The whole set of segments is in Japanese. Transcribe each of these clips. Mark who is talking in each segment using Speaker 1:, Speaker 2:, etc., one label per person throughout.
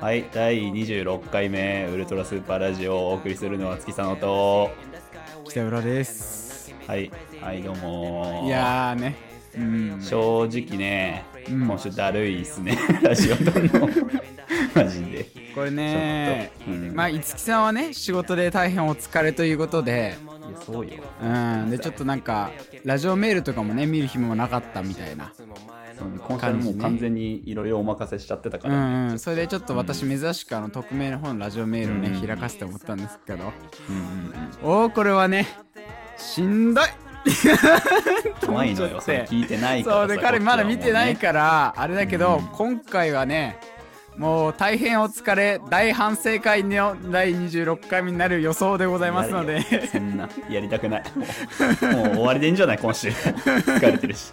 Speaker 1: はい、第26回目、ウルトラスーパーラジオをお送りするのは月さんと、
Speaker 2: 北浦です。
Speaker 1: はい、はい、どうもー
Speaker 2: いやーね。うん。
Speaker 1: 正直ね、
Speaker 2: うん
Speaker 1: 今週だるいっすね、 ラジオとの、マジで。
Speaker 2: これね
Speaker 1: ちょっとうん
Speaker 2: まあ、五木さんはね、仕事で大変お疲れということで、
Speaker 1: いや、そうよ。
Speaker 2: うん。で、ちょっとなんか、ラジオメールとかもね、見る暇もなかったみたいな。
Speaker 1: そうね今週はもう完全にいろいろお任せしちゃってたか
Speaker 2: う
Speaker 1: ら、
Speaker 2: ん、うん。それでちょっと私、珍しくあの、匿名の方のラジオメールをね、
Speaker 1: うん
Speaker 2: 開かせて思ったんですけど、
Speaker 1: うんうんうん、
Speaker 2: おお、これはね、しんどい
Speaker 1: 怖いのよ、それ聞いてないから
Speaker 2: そ
Speaker 1: さ。
Speaker 2: うで彼まだ見てない
Speaker 1: ら。
Speaker 2: からあれだけど、
Speaker 1: うん
Speaker 2: 今回はねもう大変お疲れ大反省会の第26回目になる予想でございますので
Speaker 1: やるよそんなやりたくないもうもう終わりでいいんじゃない今 週疲れてるし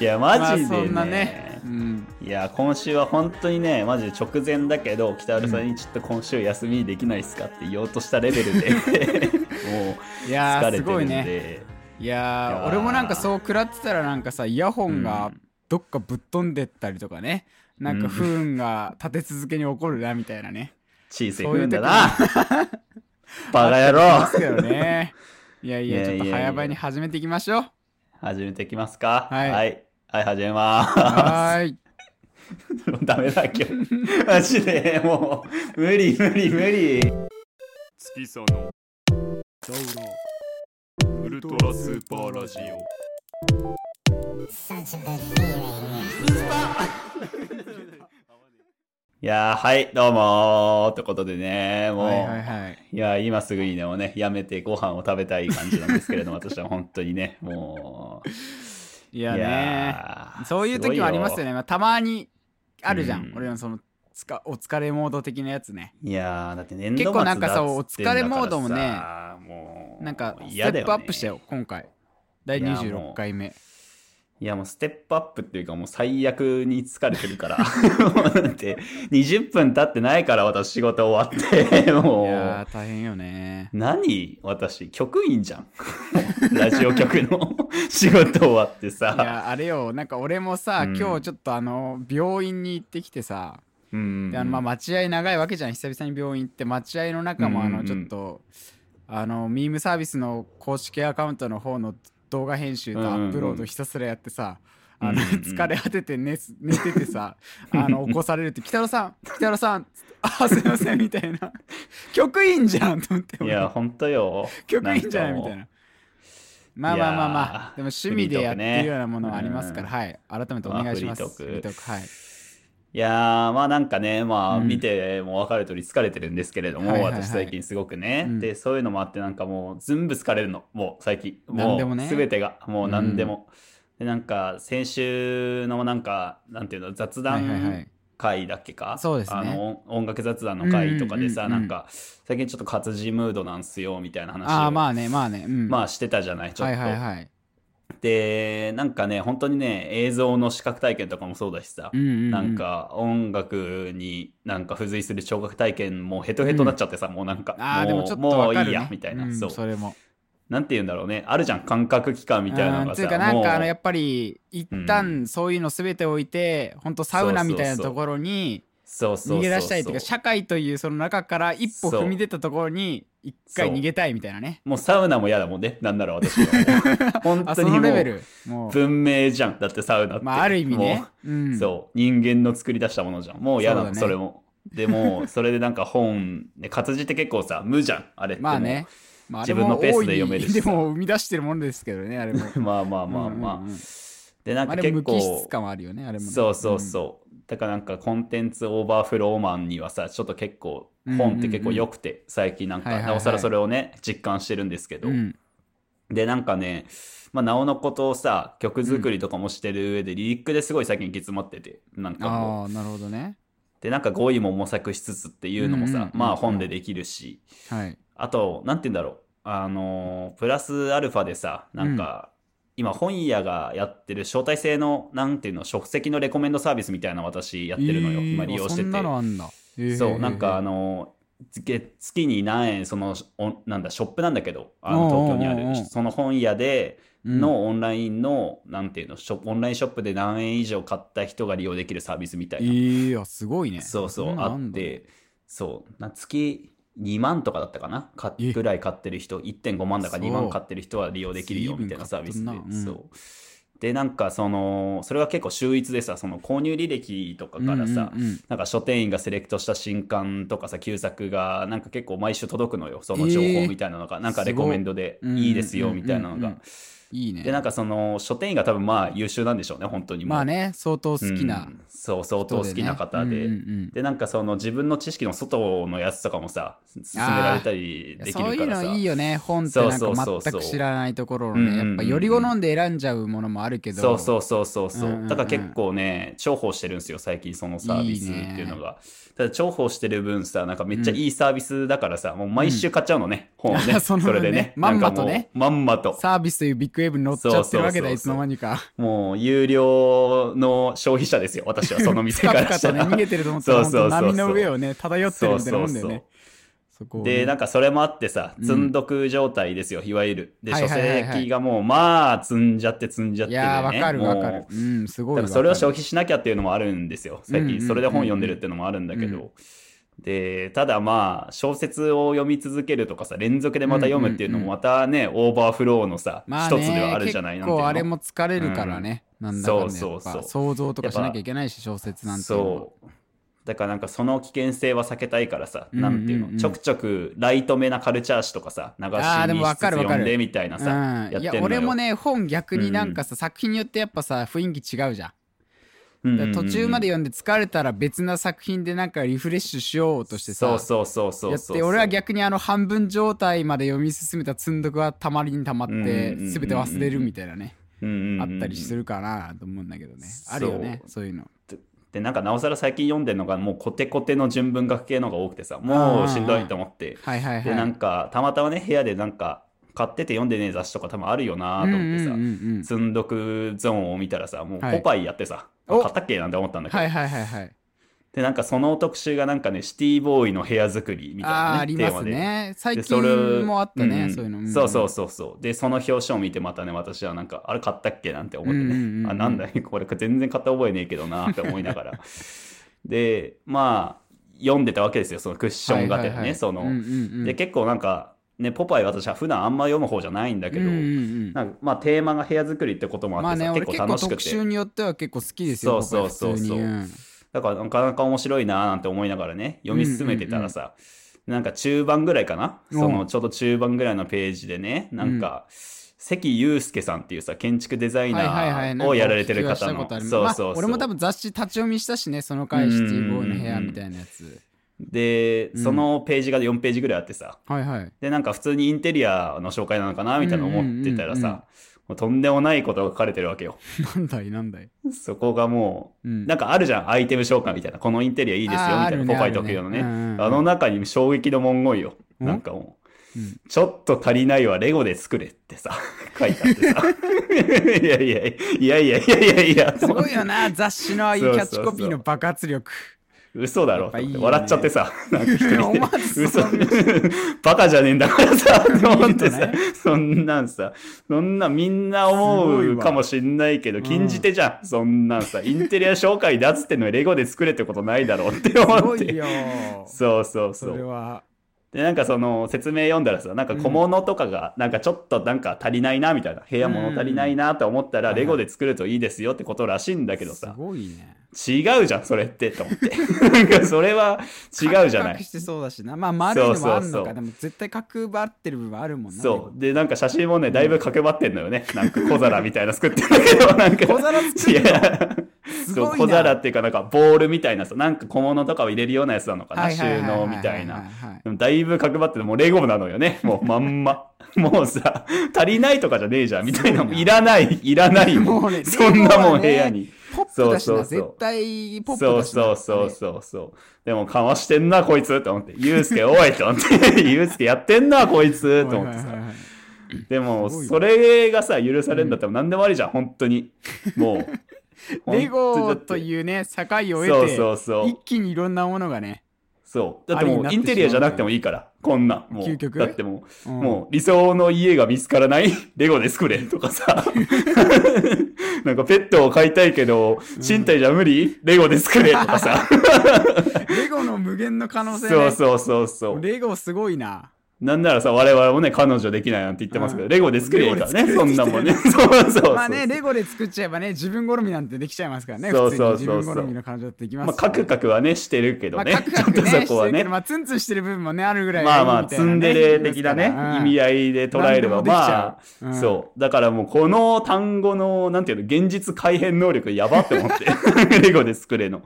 Speaker 1: いやマジで、ね
Speaker 2: まあ、そんなね、うん、
Speaker 1: いや今週は本当にねマジで直前だけど北原さんにちょっと今週休みできないっすかって言おうとしたレベル でもう
Speaker 2: いや
Speaker 1: 疲
Speaker 2: ー
Speaker 1: れ
Speaker 2: す
Speaker 1: て
Speaker 2: ご
Speaker 1: る
Speaker 2: い
Speaker 1: んで、
Speaker 2: ねいやー
Speaker 1: いやー
Speaker 2: 俺もなんかそう食らってたらなんかさイヤホン
Speaker 1: う
Speaker 2: がどっかぶっ飛んでったりとかね、なんか不運が立て続けに起こるなみたい なね
Speaker 1: チーズい
Speaker 2: そう
Speaker 1: く
Speaker 2: い
Speaker 1: ん
Speaker 2: う
Speaker 1: だ
Speaker 2: 時
Speaker 1: な バカ野
Speaker 2: で
Speaker 1: 郎
Speaker 2: すけどねいやい
Speaker 1: い
Speaker 2: や
Speaker 1: や
Speaker 2: ちょっと
Speaker 1: いやいや
Speaker 2: 早々に始めていきましょう
Speaker 1: 始めていきますか
Speaker 2: はい
Speaker 1: はい、はい始めま
Speaker 2: はーい
Speaker 1: す ダメだ今日マジでもう無理無理無理
Speaker 3: 月さのウルトラスーパーラジオ
Speaker 1: いやー、はい、どうもーってことでね、もう、
Speaker 2: はいいはいはい
Speaker 1: やー、今すぐにでもね、やめてご飯を食べたい感じなんですけれども、私は本当にね、もう、
Speaker 2: いや
Speaker 1: い
Speaker 2: ね
Speaker 1: やー
Speaker 2: そういう時もありますよね。まあ、たまにあるじゃん。
Speaker 1: うん
Speaker 2: 俺のそのつかお疲れモード的なやつね。
Speaker 1: いやー、だって年度末
Speaker 2: 結構なんかさ
Speaker 1: だっつってんだからさ
Speaker 2: お疲れモードもね
Speaker 1: もう、
Speaker 2: なんかステ
Speaker 1: 嫌だ
Speaker 2: ップアッ
Speaker 1: ね
Speaker 2: プしたよ、。今回。第
Speaker 1: いやもう
Speaker 2: 26回目。
Speaker 1: いや、もうステップアップっていうか、もう最悪に疲れてる から、もうだって、20分経ってないから、私仕事終わって、
Speaker 2: い
Speaker 1: もう。
Speaker 2: やー大変 よね。
Speaker 1: 何私局員じゃんラジオ局 の仕事終わって
Speaker 2: い
Speaker 1: さ
Speaker 2: やあれよなんか俺もさ、
Speaker 1: うん
Speaker 2: 今日ちょっとあの病院に行ってきてさ、
Speaker 1: うん
Speaker 2: であのまあ待合長いわけじゃん久々に病院行って待合の中もあ
Speaker 1: う
Speaker 2: の
Speaker 1: んうん
Speaker 2: ち
Speaker 1: う
Speaker 2: ょ
Speaker 1: ん
Speaker 2: っと、あのミームサービスの公式アカウントの方の動画編集とアップロ
Speaker 1: う
Speaker 2: ー
Speaker 1: んう
Speaker 2: ド
Speaker 1: ん
Speaker 2: ひたすらやってさ、あ
Speaker 1: うん
Speaker 2: の
Speaker 1: うんうん
Speaker 2: 疲れ果てて寝 す寝ててさあの起こされるって「北野さん北野さん」つってあすいません」みたいな 「局員じゃん」と思って
Speaker 1: いやほんとよ
Speaker 2: 局員じゃないみ
Speaker 1: んかも
Speaker 2: た
Speaker 1: う
Speaker 2: いな。まあまあまあ
Speaker 1: い
Speaker 2: ま
Speaker 1: や
Speaker 2: あ
Speaker 1: ー
Speaker 2: でも趣味でやってるようなものはありますから、
Speaker 1: フ
Speaker 2: はい改めてお願いします。
Speaker 1: まあフリートーク
Speaker 2: フリートークはい
Speaker 1: いやーまあなんかねまあ
Speaker 2: うん
Speaker 1: 見ても分かる通り疲れてるんですけれども、
Speaker 2: はいはいはい
Speaker 1: 私最近すごくね、
Speaker 2: うん
Speaker 1: でそういうのもあってなんかもう全部疲れるのもう最近も
Speaker 2: 何でも
Speaker 1: う
Speaker 2: ね
Speaker 1: 全てがもう何でも、でなんか先週のなんかなんていうの雑
Speaker 2: はい
Speaker 1: 談
Speaker 2: はいはい
Speaker 1: 会だっけか
Speaker 2: そうですね
Speaker 1: あの音楽雑談の会とかでさ、
Speaker 2: うんうんうんうん
Speaker 1: なんか最近ちょっと活字ムードなんすよみたいな話を
Speaker 2: ああま
Speaker 1: まあ
Speaker 2: あねまあねうん
Speaker 1: してたじゃないちょっと、
Speaker 2: はいはいはい
Speaker 1: でなんかね本当にね映像の視覚体験とかもそうだしさ、
Speaker 2: うんうう
Speaker 1: なんか音楽になんか付随する聴覚体験もヘトヘトになっちゃってさ、もうなんか
Speaker 2: あーでもちょっと
Speaker 1: も
Speaker 2: わ
Speaker 1: う
Speaker 2: かる、
Speaker 1: い
Speaker 2: ね、
Speaker 1: いやみたいな、
Speaker 2: うん
Speaker 1: そ
Speaker 2: そうれも
Speaker 1: なんて言うんだろうねあるじゃん感覚器官みたいなの
Speaker 2: うん
Speaker 1: が
Speaker 2: つ
Speaker 1: さ
Speaker 2: うかなんかあのや
Speaker 1: もう
Speaker 2: っぱり一旦そういうの全て置いて、ほんとサウナみたいなところに
Speaker 1: そうそうそうそう
Speaker 2: 逃げ出したいっていうか社会というその中から一歩
Speaker 1: そう
Speaker 2: 踏み出たところに一回逃げたいみたいなね
Speaker 1: もうサウナも嫌だもんねなんなら私はも う本
Speaker 2: あ
Speaker 1: 当
Speaker 2: そ
Speaker 1: にも
Speaker 2: のレベ
Speaker 1: う
Speaker 2: ルもう
Speaker 1: 文明じゃんだってサウナって、
Speaker 2: まあある意味ね
Speaker 1: も
Speaker 2: う
Speaker 1: う、
Speaker 2: ん
Speaker 1: そう人間の作り出したものじゃんもう嫌なのそ,、
Speaker 2: そうだね
Speaker 1: れもでもそれでなんか本で活字って結構さ無じゃんあれってもう
Speaker 2: まあね、まあ、あれも
Speaker 1: 自分のペースで読めるし
Speaker 2: 大いにでも生み出してるものですけどねあれも
Speaker 1: まあまあまあまあ、
Speaker 2: うんうんうん
Speaker 1: で なん
Speaker 2: あ
Speaker 1: か
Speaker 2: れ
Speaker 1: 結
Speaker 2: 無
Speaker 1: 構
Speaker 2: 機質感はあるよねあれもね
Speaker 1: そうそうそう、だからなんかコンテンツオーバーフローマンにはさちょっと結構本って結構良くて、最近なんか、
Speaker 2: はいはいはい
Speaker 1: なおさらそれをね実感してるんですけど、
Speaker 2: うん、うん
Speaker 1: でなんかね、まあ、なおのことをさ曲作りとかもしてる上で、リリックですごい最近行き詰まっててなんかもう
Speaker 2: ああなるほどね
Speaker 1: でなんか語彙も模索しつつっていうのもさ、
Speaker 2: うんうんうん
Speaker 1: まあ本でできるし
Speaker 2: はい
Speaker 1: あとなんて言うんだろうあのープラスアルファでさなんか、今本屋がやってる招待制のなんていうの書籍のレコメンドサービスみたいなの私やってるのよ、
Speaker 2: えー
Speaker 1: 今利用してて
Speaker 2: あそんなのあんだ、えー
Speaker 1: そうなんかあの月月に何円そのおなんだショップなんだけどあ
Speaker 2: お
Speaker 1: の
Speaker 2: うおうおう
Speaker 1: 東
Speaker 2: おう
Speaker 1: 京にあるその本屋でのオンラインの、なんていうのショップオンラインショップで何円以上買った人が利用できるサービスみたい
Speaker 2: い
Speaker 1: な、
Speaker 2: やすごいね
Speaker 1: そうそ
Speaker 2: そ
Speaker 1: うん
Speaker 2: な
Speaker 1: あ
Speaker 2: のん
Speaker 1: っ
Speaker 2: だ
Speaker 1: てそうな月2万とかだったかなか
Speaker 2: え
Speaker 1: ぐらい買ってる人1.5万だか
Speaker 2: そう
Speaker 1: 2万買ってる人は利用できるよ
Speaker 2: 随分
Speaker 1: みたいなサービスで、
Speaker 2: 買っとんなうん
Speaker 1: そうでなんかそのそれは結構秀逸でさその購入履歴とかからさ、
Speaker 2: うんうんうん
Speaker 1: なんか書店員がセレクトした新刊とかさ旧作がなんか結構毎週届くのよその情報みたいなのが、なんかレコメンドです
Speaker 2: ごい
Speaker 1: いいですよ
Speaker 2: うんうん
Speaker 1: みたいなの
Speaker 2: うんう
Speaker 1: が
Speaker 2: んいいね
Speaker 1: でなんかその書店員が多分まあ優秀なんでしょうね本当にもう
Speaker 2: まあね相当好きな
Speaker 1: うんそう相
Speaker 2: 人
Speaker 1: 当
Speaker 2: でね、
Speaker 1: 好きな方で、
Speaker 2: うんうんうん
Speaker 1: でなんかその自分の知識の外のやつとかもさ勧められたりでき
Speaker 2: そう
Speaker 1: る
Speaker 2: い
Speaker 1: か
Speaker 2: う
Speaker 1: ら
Speaker 2: の
Speaker 1: さ
Speaker 2: いいよね本ってなん
Speaker 1: そうそうそ
Speaker 2: か
Speaker 1: うそう
Speaker 2: 全く知らないところを
Speaker 1: うんうん
Speaker 2: ね
Speaker 1: うん
Speaker 2: やっぱより好んで選んじゃうものもあるけど
Speaker 1: そうそうそうそうそう,、
Speaker 2: うんうんうん
Speaker 1: だから結構ね重宝してるんですよ最近そのサービスっていうのがただ重宝してる分さなんかめっちゃいいサービスだからさ、もう毎週買っちゃうのね、本をね
Speaker 2: そ
Speaker 1: そ
Speaker 2: の
Speaker 1: れで
Speaker 2: ね
Speaker 1: ねなんかもう
Speaker 2: まんまとね
Speaker 1: まんまと
Speaker 2: サービスというビッグウェーブに乗っちゃってる
Speaker 1: そうそう
Speaker 2: わけだ
Speaker 1: そうそう
Speaker 2: いつの間にか
Speaker 1: もう有料の消費者ですよ私はその店
Speaker 2: カ
Speaker 1: か
Speaker 2: プ
Speaker 1: ら
Speaker 2: カ
Speaker 1: した
Speaker 2: とね
Speaker 1: ら
Speaker 2: 逃げてると思ったら
Speaker 1: そうそうそうそう
Speaker 2: 本当波の上をね漂ってるみたいなもん
Speaker 1: そうそう
Speaker 2: だよ
Speaker 1: そう
Speaker 2: ねそこをね
Speaker 1: で、なんかそれもあってさ、
Speaker 2: うん
Speaker 1: 積んどく状態ですよ、いわゆる。で、
Speaker 2: はい
Speaker 1: 書
Speaker 2: はいはいはい
Speaker 1: 籍がもう、まあ、積んじゃって積んじゃっ
Speaker 2: い
Speaker 1: てでね。
Speaker 2: やーわかるわか
Speaker 1: も
Speaker 2: る
Speaker 1: う
Speaker 2: うんすご
Speaker 1: 多
Speaker 2: いわ
Speaker 1: 分
Speaker 2: かる
Speaker 1: それを消費しなきゃっていうのもあるんですよ、最
Speaker 2: うんうんうん
Speaker 1: 近。それで本読んでるっていうのもあるんだけ
Speaker 2: う
Speaker 1: ど。で、ただまあ、小説を読み続けるとかさ、連続でまた読むっていうのもまたね、オーバーフローのさ、
Speaker 2: まあ
Speaker 1: 一
Speaker 2: ね
Speaker 1: つではあるじゃないなんていう
Speaker 2: 結構
Speaker 1: の
Speaker 2: あれも疲れるからね、なんだかんだやっぱ
Speaker 1: そうそうそう
Speaker 2: 想像とかしなきゃいけないし小説なんていうのは
Speaker 1: そうだからなんかその危険性は避けたいからさ、
Speaker 2: うんうんうん
Speaker 1: なんていうのちょくちょくライトめなカルチャー誌とかさ流し
Speaker 2: あーでも
Speaker 1: にし
Speaker 2: わ
Speaker 1: つつ
Speaker 2: かるわかる
Speaker 1: 読んでみたいなさ、
Speaker 2: うん、い
Speaker 1: やっ
Speaker 2: や
Speaker 1: てんのよ
Speaker 2: 俺もね本逆になんかさ、作品によってやっぱさ雰囲気違うじゃんだから途中まで
Speaker 1: や
Speaker 2: 読んで疲れたら別な作品でなんかリフレッシュしようとしてさ
Speaker 1: そうそうそうそう
Speaker 2: や
Speaker 1: そう
Speaker 2: って俺は逆にあの半分状態まで読み進めた積んどくはたまりにたまって
Speaker 1: うんうんうんうん
Speaker 2: 全て忘れるみたいなねあ
Speaker 1: あ
Speaker 2: ったりするかなと思うんだけどね
Speaker 1: そう
Speaker 2: あるよねそういうの
Speaker 1: でなんかなおさら最近読んでるのがもうコテコテの純文学系のが多くてさもうしんどいと思って
Speaker 2: はいはいはい
Speaker 1: でなんかたまたまね部屋でなんか買ってて読んでねえ雑誌とか多分あるよなと思ってさ、
Speaker 2: うんうんうんうん
Speaker 1: 積んどくゾーンを見たらさもう
Speaker 2: はい
Speaker 1: ポパイやってさ、
Speaker 2: お
Speaker 1: 買ったっけなんて思ったんだけど、
Speaker 2: はいはいはいはい
Speaker 1: でなんかその特集がなんかねシティボーイの部屋作りみたい
Speaker 2: あ
Speaker 1: な、
Speaker 2: あ
Speaker 1: ね、
Speaker 2: ーあり
Speaker 1: テ
Speaker 2: ま
Speaker 1: ーマ
Speaker 2: す
Speaker 1: で
Speaker 2: ね
Speaker 1: で
Speaker 2: 最
Speaker 1: それ
Speaker 2: 近もあったね
Speaker 1: ん
Speaker 2: そういうのん
Speaker 1: そうそうそうそうでその表紙を見てまたね私はなんかあれ買ったっけなんて思ってね、
Speaker 2: うんうんうんうん
Speaker 1: あなんだよこれ全然買った覚えねえけどなって思いながら でまあ読んでたわけですよそのクッション型
Speaker 2: はい
Speaker 1: ね、
Speaker 2: はいはい
Speaker 1: その、
Speaker 2: うんうんうん
Speaker 1: で結構なんかねポパイ私は普段あんま読む方じゃないんだけど、
Speaker 2: うんうんうん
Speaker 1: なんかまあテーマが部屋作りってこともあ
Speaker 2: ま
Speaker 1: っ
Speaker 2: あ
Speaker 1: てさ、
Speaker 2: ね俺
Speaker 1: 結
Speaker 2: 結
Speaker 1: 構
Speaker 2: 構
Speaker 1: 楽しく
Speaker 2: 特
Speaker 1: て
Speaker 2: 集によっては結構好きですよ
Speaker 1: そうそうそうそう
Speaker 2: 僕は普通に
Speaker 1: だからなかなか面白いなーなんて思いながらね読み進めてたらさ、なんか中盤ぐらいかな
Speaker 2: うん
Speaker 1: そのちょうど中盤ぐらいのページでねなんか、関祐介さんっていうさ建築デザ
Speaker 2: う
Speaker 1: イ
Speaker 2: んはいはいは
Speaker 1: ナ
Speaker 2: いなん
Speaker 1: ー
Speaker 2: か
Speaker 1: をやられてる方
Speaker 2: 聞き
Speaker 1: の、
Speaker 2: はしたことある
Speaker 1: そう
Speaker 2: ま
Speaker 1: そ
Speaker 2: あ
Speaker 1: うそう、
Speaker 2: 俺も多分雑誌立ち読みしたしねその回シティボーイの部屋みたいなやつ
Speaker 1: で、
Speaker 2: うん
Speaker 1: そのページが4ページぐらいあってさ
Speaker 2: はいはい
Speaker 1: でなんか普通にインテリアの紹介なのかなみたいな思ってたらさ、
Speaker 2: うんうんうん
Speaker 1: もうとんでもないことが書かれてるわけよ。
Speaker 2: なんだいなんだい
Speaker 1: そこがもう、
Speaker 2: うん
Speaker 1: なんかあるじゃん、アイテム紹介みたいな。このインテリアいいですよ、み
Speaker 2: あー
Speaker 1: たいな。
Speaker 2: あるね
Speaker 1: ポパイ特有のね。あ
Speaker 2: あるねうんうんうん
Speaker 1: の中に衝撃の文言よ。
Speaker 2: うん
Speaker 1: なんかもう、
Speaker 2: うん
Speaker 1: ちょっと足りないはレゴで作れってさ、 書いてあってさ。 いやいやいやいやいやいやいや、
Speaker 2: すごいよな雑誌のああいうキャッチコピーの爆発 力
Speaker 1: 嘘だろって
Speaker 2: やっ
Speaker 1: 思っ
Speaker 2: ぱいい
Speaker 1: て
Speaker 2: よね
Speaker 1: 笑っちゃってさ、なんか一人
Speaker 2: 思わず
Speaker 1: で。嘘
Speaker 2: そんな、
Speaker 1: バカじゃねえんだから さ、って思って
Speaker 2: 見る
Speaker 1: さ
Speaker 2: とね、
Speaker 1: そんなんさ、そんなみんな思
Speaker 2: すごいうわ
Speaker 1: かもしんないけど、禁じ手じゃん。そんなんさ、インテリア紹介だっつってんのにレゴで作れってことないだろうって
Speaker 2: す
Speaker 1: 思
Speaker 2: ご
Speaker 1: っ
Speaker 2: い
Speaker 1: て。
Speaker 2: よ
Speaker 1: そうそうそ
Speaker 2: それ
Speaker 1: う。
Speaker 2: は
Speaker 1: で、なんかその説明読んだらさ、なんか小物とかが、なんかちょっとなんか足りないなみたいな、部屋物足りないなと思ったら、
Speaker 2: うん
Speaker 1: レゴで作るといいですよってことらしいんだけど
Speaker 2: す
Speaker 1: さ、
Speaker 2: ごいね
Speaker 1: 違うじゃん、それって、と思って。なんかそれは違うじゃな
Speaker 2: カクカク
Speaker 1: い。
Speaker 2: してそうだしなまあ丸いのも
Speaker 1: そ
Speaker 2: あんの
Speaker 1: うそうそ
Speaker 2: か
Speaker 1: う
Speaker 2: でも絶対角張ってる部分あるもんな
Speaker 1: そう。で、なんか写真もね、だいぶ角張ってんのよね。なんか小皿みたいな作ってんだけど、なんか。
Speaker 2: 小皿作るの
Speaker 1: いや
Speaker 2: す
Speaker 1: そう
Speaker 2: ごいな
Speaker 1: 小皿っていうか、なんかボールみたいなさ、なんか小物とかを入れるようなやつなのかな、
Speaker 2: はいはい
Speaker 1: 収
Speaker 2: はいはい
Speaker 1: 納みたい
Speaker 2: は
Speaker 1: な。
Speaker 2: ははい
Speaker 1: でもだいぶ角張ってて、もうレゴなのよね。 もうまんま。もうさ、足りないとかじゃねえじゃん、みたいな。
Speaker 2: すごい
Speaker 1: も
Speaker 2: な
Speaker 1: ういらない、いらないもん。
Speaker 2: もうね
Speaker 1: そんなもん部
Speaker 2: レゴはね
Speaker 1: 屋に。
Speaker 2: ポップだし
Speaker 1: そうそ
Speaker 2: な
Speaker 1: うそう
Speaker 2: 絶対ポップ
Speaker 1: そう
Speaker 2: だしな
Speaker 1: そうそうそうそう。でも、かましてんな、こいつと思って。ゆうすけ、おいと思って。 ゆうすけやってんな、こいつと思って
Speaker 2: はい
Speaker 1: さ
Speaker 2: はい。はい
Speaker 1: でも、
Speaker 2: すごいわ
Speaker 1: それがさ、許されるんだったら何でもありじゃん、本当に。もう。
Speaker 2: レゴと
Speaker 1: う。
Speaker 2: いうね境を
Speaker 1: そう
Speaker 2: 得て
Speaker 1: そうそう
Speaker 2: 一。気にいろんなものがね
Speaker 1: そう。だっても
Speaker 2: ありになっ
Speaker 1: う
Speaker 2: て
Speaker 1: インテリアじゃなくてもいいから、こんなん。もう
Speaker 2: 究極
Speaker 1: だってもう、
Speaker 2: うん
Speaker 1: もう理想の家が見つからない レゴで作れとかさ。 なんかペットを飼いたいけど、賃貸じゃ無理レゴで作れとかさ。
Speaker 2: レゴの無限の 可能性、ね、
Speaker 1: そうそうそうそう。
Speaker 2: レゴすごいな
Speaker 1: なんならさ、我々もね、彼女できないなんて言ってますけど、
Speaker 2: うん
Speaker 1: レゴで作ればいいからね、
Speaker 2: レゴ
Speaker 1: そ
Speaker 2: で
Speaker 1: んな
Speaker 2: 作
Speaker 1: も
Speaker 2: れ
Speaker 1: んね。そうそうそう。
Speaker 2: まあねレゴで作っちゃえばね自分好みなんてできちゃいますからね
Speaker 1: そうそうそうそう
Speaker 2: 普通に自分好みの彼女だってできます
Speaker 1: まあ、カクカクはね、してるけどね。
Speaker 2: まあ、カクカク
Speaker 1: ちょっと
Speaker 2: ね
Speaker 1: そこは
Speaker 2: してるけ
Speaker 1: ね
Speaker 2: ど。まあツンツンしてる部分もねあるぐらい
Speaker 1: まあまあ、ツンデレ的なね、意味
Speaker 2: 合
Speaker 1: 合
Speaker 2: い
Speaker 1: いで捉えれば、
Speaker 2: 何でもできちゃ
Speaker 1: ま
Speaker 2: う
Speaker 1: あ、
Speaker 2: うん
Speaker 1: そう。だからもう、この単語の、なんていうの、現実改変能力やばって思 って、レゴで作れの。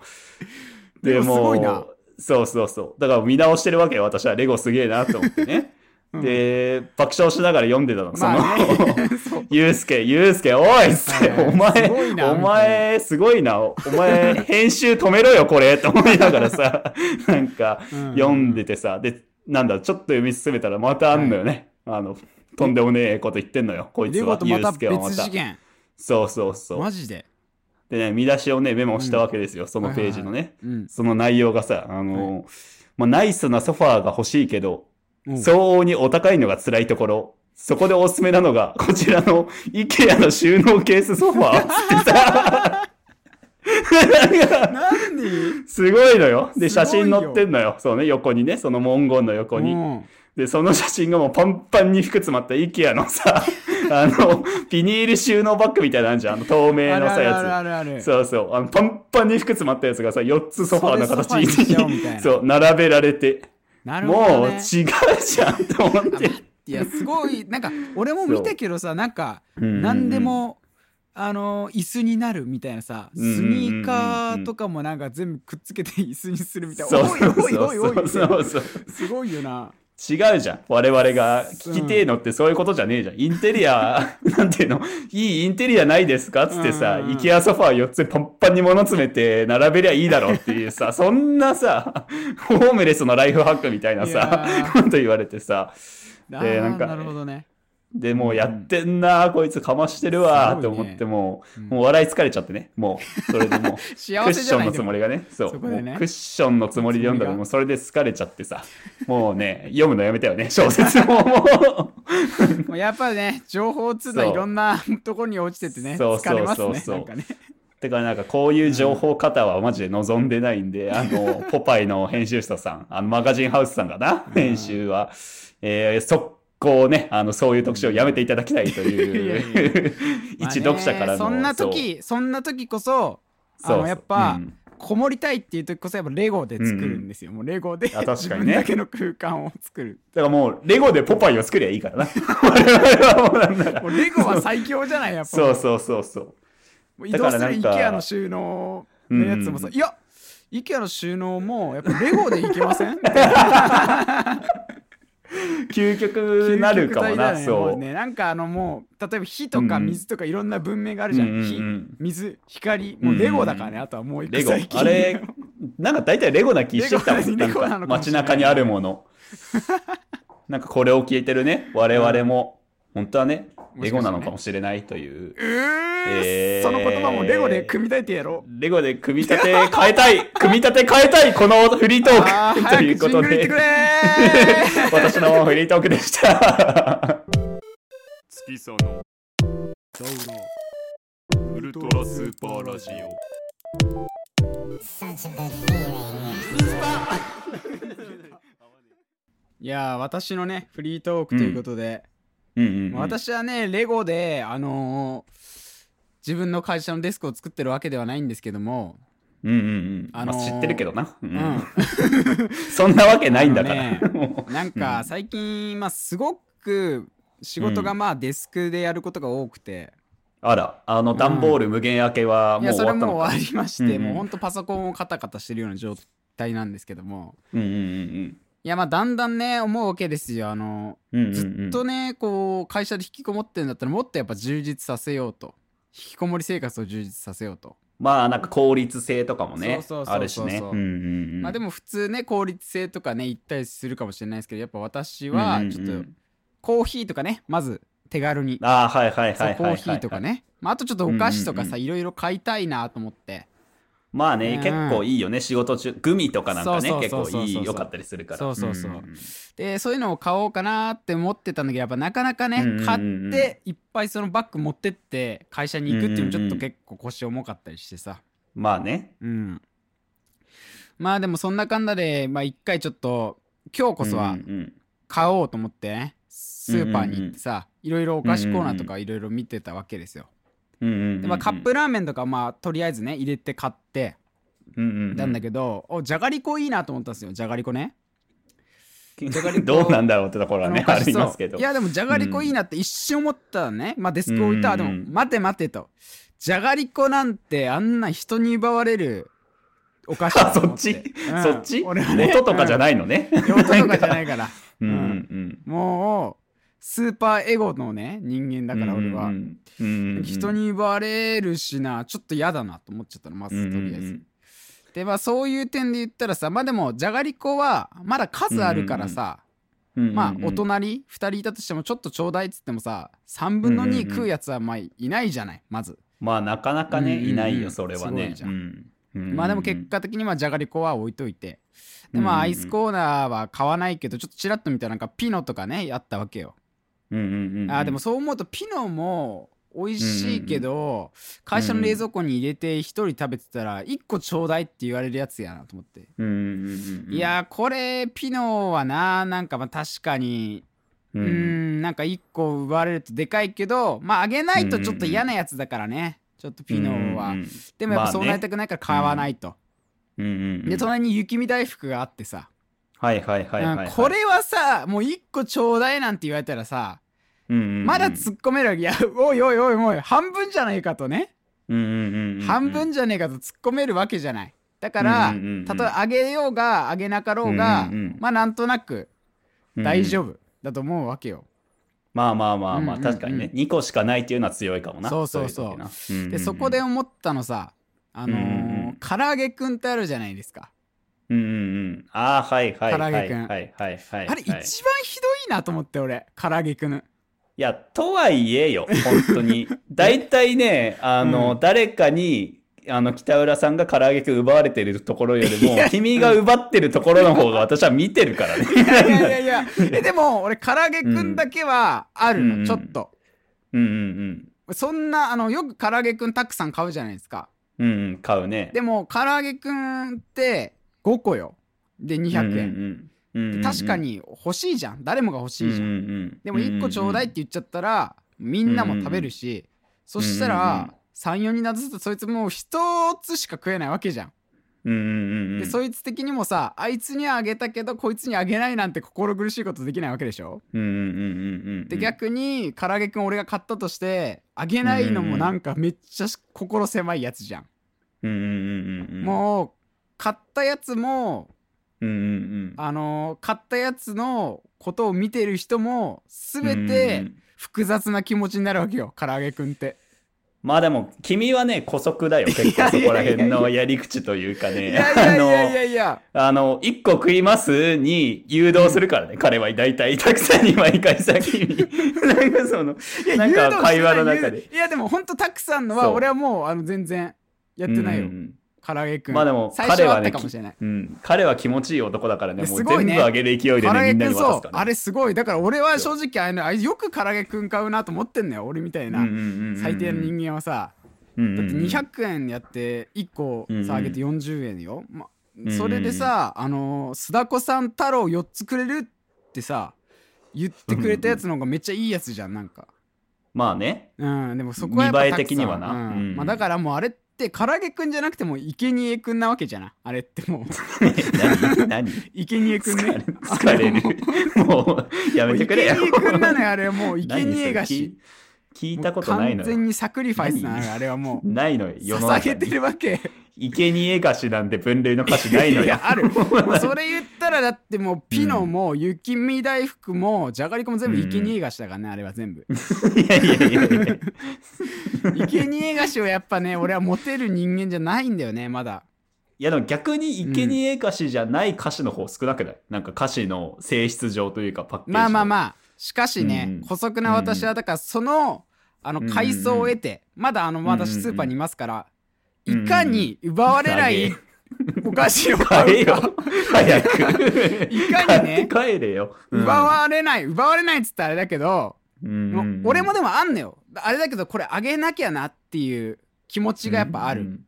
Speaker 2: レゴすごいな
Speaker 1: そうそうそう。だから見直してるわけよ、私は。レゴすげえなと思ってね。 で、爆笑しながら読んでたの、その、
Speaker 2: ま あねそう
Speaker 1: ゆうすけ、ゆうすけ、おいっつって、
Speaker 2: はい
Speaker 1: お前
Speaker 2: すごい、な
Speaker 1: お前、すごいな、お前、編集止めろよ、これ、と思いながら さ、なんか、
Speaker 2: うん
Speaker 1: 読んでてさ、で、なんだ、ちょっと読み進めたら、またあんのよね。あの、とんでもねえこと言ってんのよ、こいつ
Speaker 2: レゴ
Speaker 1: は、
Speaker 2: と
Speaker 1: ゆ
Speaker 2: ま
Speaker 1: う
Speaker 2: た
Speaker 1: すけはま
Speaker 2: 別
Speaker 1: た
Speaker 2: 次。元
Speaker 1: そうそうそう
Speaker 2: マ。ジで
Speaker 1: でね、見出しをね、メモしたわけですよ、そのページのね。
Speaker 2: うん
Speaker 1: その内容がさ、あの、まあ、ナイスなソファーが欲しいけど、
Speaker 2: うん
Speaker 1: 相応にお高いのが辛いところ。そこでおすすめなのが、こちらの IKEA の収納ケースソファ ー。つってさなんか
Speaker 2: 何
Speaker 1: すごいのよ。で、写
Speaker 2: す
Speaker 1: 真
Speaker 2: ごいよ
Speaker 1: 載ってんのよ。そうね、横にね、その文言の横に。
Speaker 2: うん
Speaker 1: で、その写真がもうパンパンに服詰まった IKEA の さ、あの、ビニール収納バッグみたいなのあんじゃん。あの透明
Speaker 2: あ
Speaker 1: の
Speaker 2: る
Speaker 1: さ、や
Speaker 2: あ
Speaker 1: つ
Speaker 2: る。あるある
Speaker 1: そうそう。あの、パンパンに服詰まったやつがさ、4つソファーの形
Speaker 2: それソファーにしようみたい
Speaker 1: に、
Speaker 2: な
Speaker 1: そう、並べられて、
Speaker 2: なるほどね
Speaker 1: もう違うじゃんと思って。
Speaker 2: いやすごいなんか俺も見たけどさなんか
Speaker 1: うん
Speaker 2: 何でもあの椅子になるみたいなさス
Speaker 1: うんうんうんうん
Speaker 2: ニーカーとかもなんか全部くっつけて椅子にするみたいな
Speaker 1: そうそう
Speaker 2: おいおいおい
Speaker 1: そ
Speaker 2: お
Speaker 1: う
Speaker 2: い
Speaker 1: そうそう。
Speaker 2: すごいよな
Speaker 1: 違うじゃん。我々が聞きてえのってそういうことじゃねえじゃん。インテリ ア、なんていうの、いいインテリアないですかつってさ、
Speaker 2: うんうん
Speaker 1: IKEA ソファー4つパンパンに物詰めて並べりゃいいだろうっていう さ、そんなさ、ホームレスのライフハックみたいない
Speaker 2: や
Speaker 1: さ
Speaker 2: ー、
Speaker 1: こと言われてさ、
Speaker 2: あ
Speaker 1: でな
Speaker 2: ー
Speaker 1: んか
Speaker 2: なるほどね
Speaker 1: でもうやってんな、こいつかましてるわと思ってもう、もう笑い疲れちゃってねもうそれでもうク
Speaker 2: 幸
Speaker 1: ッ
Speaker 2: せ
Speaker 1: シ
Speaker 2: じ
Speaker 1: ョ
Speaker 2: ゃ
Speaker 1: ン
Speaker 2: ない
Speaker 1: のつもりがねそう
Speaker 2: そこでね
Speaker 1: もうクッションのつもりで読んだ
Speaker 2: つもり
Speaker 1: ら
Speaker 2: が
Speaker 1: もうそれで疲れちゃってさもうね読むのやめたよね 小説もも
Speaker 2: もうやっぱりね情報通は
Speaker 1: そう
Speaker 2: いろんな ところに落ちててね
Speaker 1: そうそう
Speaker 2: 疲れます
Speaker 1: そう
Speaker 2: ね
Speaker 1: そう
Speaker 2: なんかね
Speaker 1: うてかなんかこういう情報方はマジで望んでないん で、あのポパイの編集者さんあのマガジンハウスさんかな、編集は、えー、速攻ねあのそういう特集をやめていただきたいと
Speaker 2: いや
Speaker 1: いう
Speaker 2: まあね
Speaker 1: 一読者からの、
Speaker 2: そんな時そんな時こそあ
Speaker 1: そう
Speaker 2: のやっぱ
Speaker 1: うん
Speaker 2: こもりたいっていう時こそやっぱレゴで作るんですよもうレゴで
Speaker 1: あ確かにね
Speaker 2: 自分だけの空間を作る
Speaker 1: だからもう、レゴでポパイを作りゃいいからな。 我々はもうなんなら
Speaker 2: もうレゴは最強じゃないやっぱ
Speaker 1: そうそうそうそう。
Speaker 2: もう移動す
Speaker 1: だか
Speaker 2: る
Speaker 1: らなんか
Speaker 2: IKEA の収納のやつもさ、
Speaker 1: うん
Speaker 2: いや IKEA の収納もやっぱレゴでいけません
Speaker 1: 究極なるかもな、
Speaker 2: 究極体だね
Speaker 1: そ
Speaker 2: も
Speaker 1: う。
Speaker 2: ねなんかあのもう例えば火とか
Speaker 1: うん
Speaker 2: 水とかいろんな文明があるじゃん、
Speaker 1: うんうんうん
Speaker 2: 火水光もうレゴだからね、あとはも う一個
Speaker 1: レゴ
Speaker 2: 最。近
Speaker 1: あれ、なんか大体レゴな気してきたもん。な
Speaker 2: レ
Speaker 1: ん
Speaker 2: ゴな
Speaker 1: か
Speaker 2: のかもし
Speaker 1: 街
Speaker 2: れない
Speaker 1: 中にあるも の。なんかこれを聞いてるね、我々も、本当はね、レゴなのかもしれないという。
Speaker 2: うー
Speaker 1: えー
Speaker 2: その言葉もレゴで組み立ててやろう
Speaker 1: レゴで組み立て変えたい組み立て変えたいこのフリートー
Speaker 2: あー
Speaker 1: クとい
Speaker 2: 早
Speaker 1: う
Speaker 2: く
Speaker 1: こ
Speaker 2: ジ
Speaker 1: と
Speaker 2: ングルいっ
Speaker 1: で
Speaker 2: てくれ
Speaker 1: 私のフリートークでした。
Speaker 3: 月そのウルトラスーパーラジオ
Speaker 2: いやー私のねフリートークということ
Speaker 1: うん
Speaker 2: で、
Speaker 1: うんうん
Speaker 2: 私はねレゴであのー自分の会社のデスクを作ってるわけではないんですけども、
Speaker 1: うんうんうん。
Speaker 2: あのー
Speaker 1: まあ、知ってるけどな。う
Speaker 2: うん
Speaker 1: ん、そんなわけないんだから。
Speaker 2: あの
Speaker 1: も
Speaker 2: なん か最近、まあ、すごく仕事がまあデスクでやることが多くて、
Speaker 1: う あら、あの、段ボール無限開けはいもう
Speaker 2: やそ
Speaker 1: 終
Speaker 2: れ
Speaker 1: わった
Speaker 2: もう
Speaker 1: のか。
Speaker 2: 終わりまして、
Speaker 1: うんうん
Speaker 2: もうほんとパソコンをカタカタしてるような状態なんですけども
Speaker 1: うんうんうん
Speaker 2: いやまあだんだんね思うわけですよあの
Speaker 1: うんうんうんうん。
Speaker 2: ずっとねこう会社で引きこもってるんだったらもっとやっぱ充実させようと引きこもり生活を充実させようと
Speaker 1: まあ、なんか効率性とかもね、
Speaker 2: そうそうそうそう
Speaker 1: あるしね。うんうんうん。
Speaker 2: まあでも普通ね効率性とかね言ったりするかもしれないですけどやっぱ私
Speaker 1: うんうんうん、
Speaker 2: はちょっとコーヒーとかねまず手軽に、
Speaker 1: ああ、はいはい
Speaker 2: そ
Speaker 1: はいはい
Speaker 2: う
Speaker 1: はい、
Speaker 2: コーヒーとか。ね、まあ、あとちょっとお菓子とか
Speaker 1: うんうん
Speaker 2: さ
Speaker 1: う
Speaker 2: いろいろ買いたいなと思って
Speaker 1: まあね、
Speaker 2: うん
Speaker 1: 結構いいよね、仕事中。グミとかなんかね、
Speaker 2: そう
Speaker 1: 結
Speaker 2: そうそ
Speaker 1: 構
Speaker 2: うそうそ
Speaker 1: い
Speaker 2: う
Speaker 1: い、良かったりするから。
Speaker 2: そうそうそうんでそういうのを買おうかなって思ってたんだけどやっぱなかなかね、
Speaker 1: うんうんうん
Speaker 2: 買っていっぱいそのバッグ持ってって会社に行くっていうのもちょっ
Speaker 1: うんうんう
Speaker 2: と
Speaker 1: ん
Speaker 2: 結構腰重かったりしてさ
Speaker 1: まあね。
Speaker 2: うんまあでもそんなかんだでまあ一回ちょっと今日こそ
Speaker 1: う
Speaker 2: は
Speaker 1: んうんうん
Speaker 2: 買おうと思ってねスーパーに行ってさいろいろお菓子コーナーとかいろいろ見てたわけですよ
Speaker 1: うんうんうんうん
Speaker 2: でまあカップラーメンとかまあとりあえずね入れて買ってたんだ
Speaker 1: け
Speaker 2: けどおじゃがりこいいなと思ったんですよじゃがりこねじゃがりこ
Speaker 1: どうなんだろうってところは
Speaker 2: あの
Speaker 1: ね、
Speaker 2: お
Speaker 1: あ
Speaker 2: 菓子
Speaker 1: り
Speaker 2: そう
Speaker 1: ますけど。
Speaker 2: いやでもじゃがりこいいなって一瞬思ったらね、まあデスク置いた、
Speaker 1: うんうんうん
Speaker 2: でも待て待てとじゃがりこなんてあんな人に奪われるお菓子だ
Speaker 1: あ、
Speaker 2: と
Speaker 1: そ
Speaker 2: 思
Speaker 1: っち
Speaker 2: て、
Speaker 1: そっち、
Speaker 2: うん俺はね
Speaker 1: 元とかじゃないのね。
Speaker 2: うん音とかじゃな いから
Speaker 1: うんんうん
Speaker 2: もうスーパーエゴのね人間
Speaker 1: う
Speaker 2: だ
Speaker 1: ん。
Speaker 2: から俺は、
Speaker 1: うんうんうんうん
Speaker 2: 人、に奪われるしなちょっと嫌だなと思っちゃったのまず
Speaker 1: うん
Speaker 2: と
Speaker 1: うんうん
Speaker 2: りあえず、でまあそういう点で言ったらさまあでもじゃがりこはまだ数あるからさ、
Speaker 1: うんうんうん
Speaker 2: まあお隣2人いたとしてもちょっとちょうだいっつってもさ3分の
Speaker 1: うんうんうん
Speaker 2: 2食うやつはまあいないじゃないまず、
Speaker 1: まあなかなかね、
Speaker 2: うんうんうん
Speaker 1: いないよ、それは
Speaker 2: すご
Speaker 1: ね
Speaker 2: い。じゃん
Speaker 1: うんうん
Speaker 2: まあでも結果的にまあじゃがりこは置いといてでまあアイスコーナーは買わないけどちょっとちらっと見たらなんかピノとかねあったわけよ、
Speaker 1: うんうんうん、
Speaker 2: あーでもそう思うとピノも美味しいけど、会社の冷蔵庫に入れて1人食べてたら1個ちょうだいって言われるやつやなと思って、
Speaker 1: うんうんうんうん、
Speaker 2: いやーこれピノはななんかまあ確かに
Speaker 1: う
Speaker 2: うー
Speaker 1: ん、
Speaker 2: ん、なんか1個奪われるとでかいけど、まああげないとちょっと嫌なやつだからね、ちょっとピノは。
Speaker 1: うんうん
Speaker 2: でもやっ
Speaker 1: まあ
Speaker 2: ぱ
Speaker 1: ね
Speaker 2: そうなりたくないから買わないと。
Speaker 1: うんうんう
Speaker 2: で、
Speaker 1: ん、
Speaker 2: 隣に雪見大福があってさ、
Speaker 1: はいはいはいはい、はい、
Speaker 2: うんこ、れはさ、もう1個ちょうだいなんて言われたらさ、
Speaker 1: うんうんうん、
Speaker 2: まだ突っ込めるわけ、いや、おいおいおいおい、半分じゃないかとね、
Speaker 1: うんうんうんうん、
Speaker 2: 半分じゃねえかと突っ込めるわけじゃない。だから、
Speaker 1: うんうんうんうん
Speaker 2: たとえあげようがあげなかろう
Speaker 1: うん
Speaker 2: が、
Speaker 1: うんうん
Speaker 2: まあなんとなく大丈
Speaker 1: 夫、
Speaker 2: 夫だと思うわけよ。
Speaker 1: まあまあまあまあ、
Speaker 2: うんうんうん
Speaker 1: 確かにね2個しかないっていうのは強いかもな
Speaker 2: そうそうそう
Speaker 1: い時な
Speaker 2: でそこで、思ったのさあのー
Speaker 1: うんうんうん
Speaker 2: 唐揚げくんってあるじゃないですか、
Speaker 1: うんうんうん、ああはいはいはい
Speaker 2: 唐
Speaker 1: は
Speaker 2: 揚げ
Speaker 1: い
Speaker 2: くん
Speaker 1: はいはいはい
Speaker 2: あれ一番ひどいなと思って俺唐揚げ くん
Speaker 1: いや、とはいえよ、本当 に。大体ね、あの、
Speaker 2: うん
Speaker 1: 誰かに、あの、北浦さんが唐揚げくん奪われてるところよりも、君が奪ってるところの方が私は見てる からね。
Speaker 2: いやいやいやえでも俺唐揚げくんだけはあるの、
Speaker 1: うん
Speaker 2: ちょっと
Speaker 1: うんうん
Speaker 2: そんなあのよく唐揚げくんたくさん買うじゃないですか
Speaker 1: うん。うんうん、買うね。
Speaker 2: でも唐揚げくんって5個よで200円、
Speaker 1: 円。うんうんうん、
Speaker 2: で確かに欲しいじゃん誰もが欲しいじゃん、
Speaker 1: うんうんうん。
Speaker 2: でも1個ちょうだいって言っちゃったらみんなも食べるし、そしたら34人などするとそいつもう1つしか食えないわけじゃん
Speaker 1: うんうんうんうん。
Speaker 2: でそいつ的にもさあいつにはあげたけどこいつにあげないなんて心苦しいことできないわけでしょ
Speaker 1: うんうんうんうんうん。
Speaker 2: で逆に唐揚げくん俺が買ったとしてあげないのもなんかめっちゃし心狭いやつじゃん、
Speaker 1: うんうんうんうん。
Speaker 2: もう買ったやつも
Speaker 1: うんうん
Speaker 2: あのー買ったやつのことを見てる人も
Speaker 1: うん。
Speaker 2: 全
Speaker 1: うんうんう
Speaker 2: て
Speaker 1: ん
Speaker 2: 複雑な気持ちになるわけよ唐揚げくんって
Speaker 1: まあでも、君はね、古速だよ。結構そこら辺のやり口というか
Speaker 2: い
Speaker 1: ね。
Speaker 2: やいやい
Speaker 1: あ
Speaker 2: や
Speaker 1: の
Speaker 2: いやいや
Speaker 1: あの、一個食いますに誘導するからね、彼は大体、たくさんに毎回先 に。なんかその、
Speaker 2: いや
Speaker 1: なんか会話の中で
Speaker 2: 誘導してない誘導いやでもほんとたくさんのは
Speaker 1: そう
Speaker 2: 俺はもうあの全然やってないよ、
Speaker 1: うんうん
Speaker 2: 唐揚げくん
Speaker 1: まあでも
Speaker 2: 最初
Speaker 1: 彼
Speaker 2: はあっ
Speaker 1: はね
Speaker 2: たかもしれない
Speaker 1: うん彼は気持ちいい男だからね、
Speaker 2: いや
Speaker 1: もう
Speaker 2: すごい
Speaker 1: 全
Speaker 2: ね
Speaker 1: 部あげる勢いで
Speaker 2: 唐揚
Speaker 1: ね、み
Speaker 2: げ
Speaker 1: んな
Speaker 2: く
Speaker 1: に渡
Speaker 2: んそ
Speaker 1: す
Speaker 2: う
Speaker 1: から、
Speaker 2: あ
Speaker 1: ね。
Speaker 2: れすごいだから俺は正直あのあよく唐揚げくん買うなと思ってんだよ俺みたいな最低の人間はさ
Speaker 1: 間
Speaker 2: だって200円やって1個
Speaker 1: うんうん
Speaker 2: さあげて40円よま
Speaker 1: んうん
Speaker 2: それでさあの須田子さん太郎4つくれるってさ言ってくれたやつの方がめっちゃいいやつじゃんなんか
Speaker 1: まあね。
Speaker 2: うんでもそこはやっぱたくさん
Speaker 1: 見栄え的にはな
Speaker 2: うん
Speaker 1: うん
Speaker 2: まあだからもうあれって唐揚げくんじゃなくてもう生贄くんなわけじゃないあれって もう
Speaker 1: 何 何
Speaker 2: 生贄くん
Speaker 1: 疲れ
Speaker 2: ね
Speaker 1: 疲れる。もう、やめてく れよ。
Speaker 2: 生贄くんなのよあれはもう
Speaker 1: 何
Speaker 2: 生
Speaker 1: それ
Speaker 2: 贄が
Speaker 1: 聞
Speaker 2: し
Speaker 1: い聞いたことない
Speaker 2: もう
Speaker 1: の
Speaker 2: 完全
Speaker 1: よ。
Speaker 2: にサクリファイスなのよあれはもう
Speaker 1: ないのよ、 世の
Speaker 2: 捧
Speaker 1: 中
Speaker 2: げて
Speaker 1: に。
Speaker 2: るわけ
Speaker 1: 生贄菓子なんて分類の菓子ないのよ。
Speaker 2: いやあ るもうそれ言ったらだってもうピノも雪見大福もじゃがりこも全部
Speaker 1: うんうん
Speaker 2: 生贄菓子だからねあれは全部
Speaker 1: いやいやいやいや。
Speaker 2: 生贄菓子をやっぱね俺はモテる人間じゃないんだよねまだ
Speaker 1: いやでも逆に生贄歌詞じゃない歌詞の方少なくない、なんか歌詞の性質上というかパッケージ
Speaker 2: まあまあ
Speaker 1: あ
Speaker 2: まあしかしね、
Speaker 1: うんうん
Speaker 2: 姑息な私はだからそのあの
Speaker 1: うんうん
Speaker 2: 階層を得て、まだあの
Speaker 1: んうん
Speaker 2: 私スーパーにいますから、
Speaker 1: うん
Speaker 2: いかに奪われない
Speaker 1: 投
Speaker 2: お菓子を
Speaker 1: 買
Speaker 2: 買
Speaker 1: え
Speaker 2: う
Speaker 1: よ
Speaker 2: か。
Speaker 1: 早く。い
Speaker 2: かにね
Speaker 1: 帰れよ。うん
Speaker 2: 奪われない奪われないっつったらあれだけど、
Speaker 1: うんうん
Speaker 2: 俺もでもあんのよあれだけどこれあげなきゃなっていう気持ちがやっぱある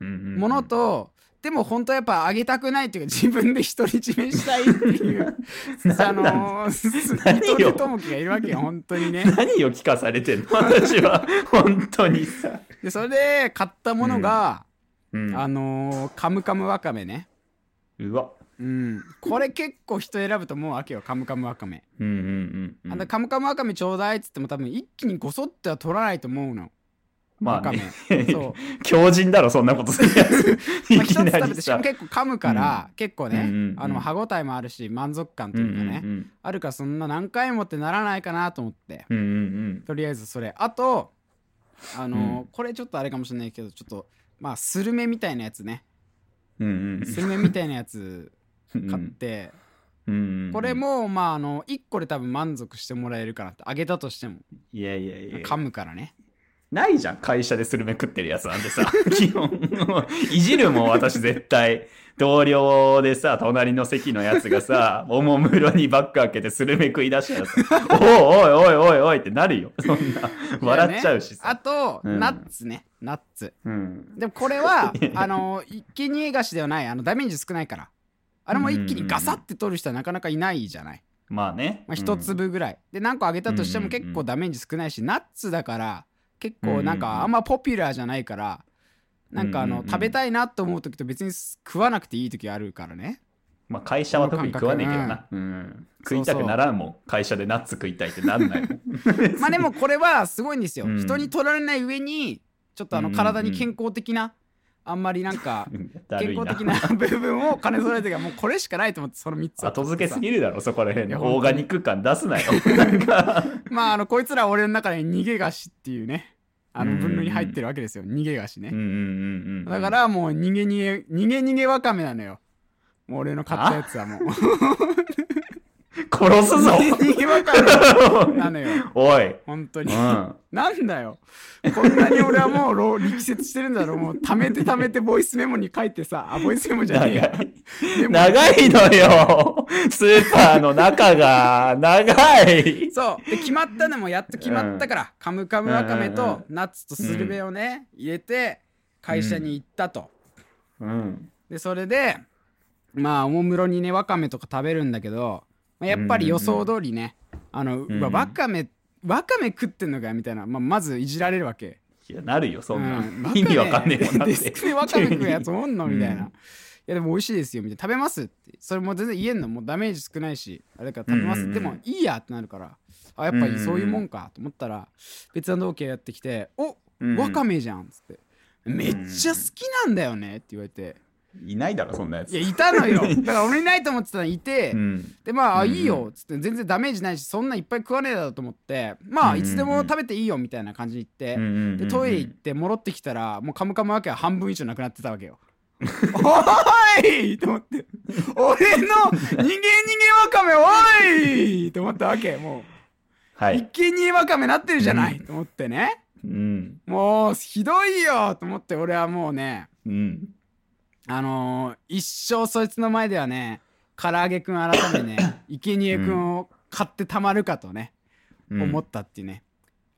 Speaker 1: も
Speaker 2: もの、と、でも本当はやっぱあげたくないっていうか自分で独り占めしたいっていう あのー
Speaker 1: 何よ
Speaker 2: 伊藤智樹がいるわけよ本当にね
Speaker 1: 何を聞かされてんの私は本当にさ、
Speaker 2: でそれで買ったものが、
Speaker 1: うん、
Speaker 2: あのーカムカムわかめね
Speaker 1: うわ
Speaker 2: うん、これ結構人選ぶと思うわけよカムカムわかめ、
Speaker 1: うんうんうん、
Speaker 2: あ
Speaker 1: うん
Speaker 2: のカムカムわかめちょうだいっつっても多分一気にごそっては取らないと思うの
Speaker 1: ま
Speaker 2: わ
Speaker 1: あ
Speaker 2: かめ、
Speaker 1: ね
Speaker 2: そう
Speaker 1: 強人だろそんなことするやつい
Speaker 2: まあ、一つ
Speaker 1: きな
Speaker 2: 食べ
Speaker 1: り
Speaker 2: てしか
Speaker 1: さ
Speaker 2: も結構噛むから、結構ね、
Speaker 1: うんうんうん
Speaker 2: あの歯ごたえもあるし満足感と
Speaker 1: うん
Speaker 2: いう
Speaker 1: う
Speaker 2: かね、
Speaker 1: ん
Speaker 2: あるからそんな何回もってならないかなと思って
Speaker 1: うんうんうん
Speaker 2: とりあえずそれあとあのー
Speaker 1: うん
Speaker 2: これちょっとあれかもしれないけどちょっとまあスルメみたいなやつね
Speaker 1: うんうん
Speaker 2: スルメみたいなやつ
Speaker 1: うん
Speaker 2: 買って、
Speaker 1: うんうん
Speaker 2: これもまああの1個で多分満足してもらえるかなってあげたとしても
Speaker 1: いやいやいや
Speaker 2: 噛むからね
Speaker 1: ないじゃん会社でスルメ食ってるやつなんて さ基本もういじるもん私絶対同僚でさ隣の席のやつが さおもむろにバッグ開けてスルメ食い出したやつおいおいおいおいおいってなるよそんな笑っちゃうし
Speaker 2: あ
Speaker 1: さ、
Speaker 2: と、
Speaker 1: うん
Speaker 2: ナッツねナッツ
Speaker 1: うん、
Speaker 2: でもこ れはあの一気に菓子ではないあのダメージ少ないからあれも一気にガサって取る人はなかなかいないじゃない、
Speaker 1: まあね、
Speaker 2: まあ、1粒ぐらい、で何個あげたとしても結構ダメージ少ないし、ナッツだから結
Speaker 1: うん
Speaker 2: 構なん
Speaker 1: うんうん
Speaker 2: かあんまポピュラーじゃないからなんかあ
Speaker 1: うん
Speaker 2: の
Speaker 1: うんうん
Speaker 2: 食べたいなと思う時と別に食わなくていい時あるから ね
Speaker 1: まあ会社は特に食わねえけどな、うん、食いたくならんもん会社でナッツ食いたいってなんないもん
Speaker 2: まあでもこれはすごいんですよ、
Speaker 1: うん
Speaker 2: 人に取られない上にちょっとあ
Speaker 1: う
Speaker 2: の
Speaker 1: んうんうん
Speaker 2: 体に健康的なあんまりなんか
Speaker 1: だ
Speaker 2: 健
Speaker 1: るい
Speaker 2: 康
Speaker 1: な
Speaker 2: 的な 部分を兼ね備えてがもうこれしかないと思ってその3つを
Speaker 1: 後付けすぎるだろそこら辺
Speaker 2: いや
Speaker 1: の
Speaker 2: 本当に
Speaker 1: オーガニック感出すなよなんか
Speaker 2: まああのこいつらは俺の中に逃げ菓子っていうねあ
Speaker 1: う
Speaker 2: の
Speaker 1: んうんうん
Speaker 2: 分類に入ってるわけですよ逃げ菓
Speaker 1: う
Speaker 2: 子
Speaker 1: ん
Speaker 2: ね
Speaker 1: うんうんうん
Speaker 2: だからもう逃げ逃げ逃げ逃げわかめなのよもう俺の買ったやつはもう
Speaker 1: 殺すぞ
Speaker 2: 逃げ逃げわかめなのよ
Speaker 1: おい、
Speaker 2: 本当
Speaker 1: う
Speaker 2: に、
Speaker 1: ん、
Speaker 2: なんだよこんなに俺はもうろ力説してるんだろうもう貯めて貯めてボイスメモに書いてさあボイスメモじゃ
Speaker 1: 長
Speaker 2: ねえや
Speaker 1: い
Speaker 2: でも
Speaker 1: 長いのよスーパーの中が長い
Speaker 2: そうで決まったのもやっと決まったから、カムカムわかめ
Speaker 1: うんうんうん
Speaker 2: とナッツとスルメをね、入れて会社に行ったと、
Speaker 1: うん
Speaker 2: でそれでまあおもむろにねわかめとか食べるんだけど、まあ、やっぱり予想通りね、あの、
Speaker 1: ん
Speaker 2: うわわかめわかめ食ってんのかよみたいな、まあ、まずいじられるわけ、
Speaker 1: いやなるよそんな、
Speaker 2: うん
Speaker 1: 意味わかんねえもんだっ
Speaker 2: デ
Speaker 1: て
Speaker 2: スクでわかめ食うやつおんの
Speaker 1: うん
Speaker 2: みたいな、いやでも美味しいですよみたいな食べますってそれも全然言えんのもうダメージ少ないしあれだから食べます、
Speaker 1: うんうんうん
Speaker 2: でもいいやってなるからあやっぱりそういうもんかと思ったら別の同期がやってきて「お
Speaker 1: うん
Speaker 2: わかめじゃん」っつって。めっちゃ好きなんだよねって言われて
Speaker 1: いないだろそんなやつ
Speaker 2: いやいたのよだから俺いないと思ってたのいて、
Speaker 1: うん
Speaker 2: でまあ、
Speaker 1: うん
Speaker 2: いいよっつって全然ダメージないしそんないっぱい食わねえだろうと思ってまあ、
Speaker 1: うん
Speaker 2: いつでも食べていいよみたいな感じで言って、でトイレ行って戻ってきたらもうカムカムわけは半分以上なくなってたわけよ。おーいと思って俺の人間人間わかめおいと思ったわけも
Speaker 1: は
Speaker 2: う一
Speaker 1: い、
Speaker 2: 見にわかめなってるじゃないと思ってね
Speaker 1: うん
Speaker 2: もうひどいよと思って俺はもうね
Speaker 1: うん、
Speaker 2: あのー一生そいつの前ではね唐揚げくん改 めね生贄くんを買ってたまるかとね、
Speaker 1: うん
Speaker 2: 思ったっていうね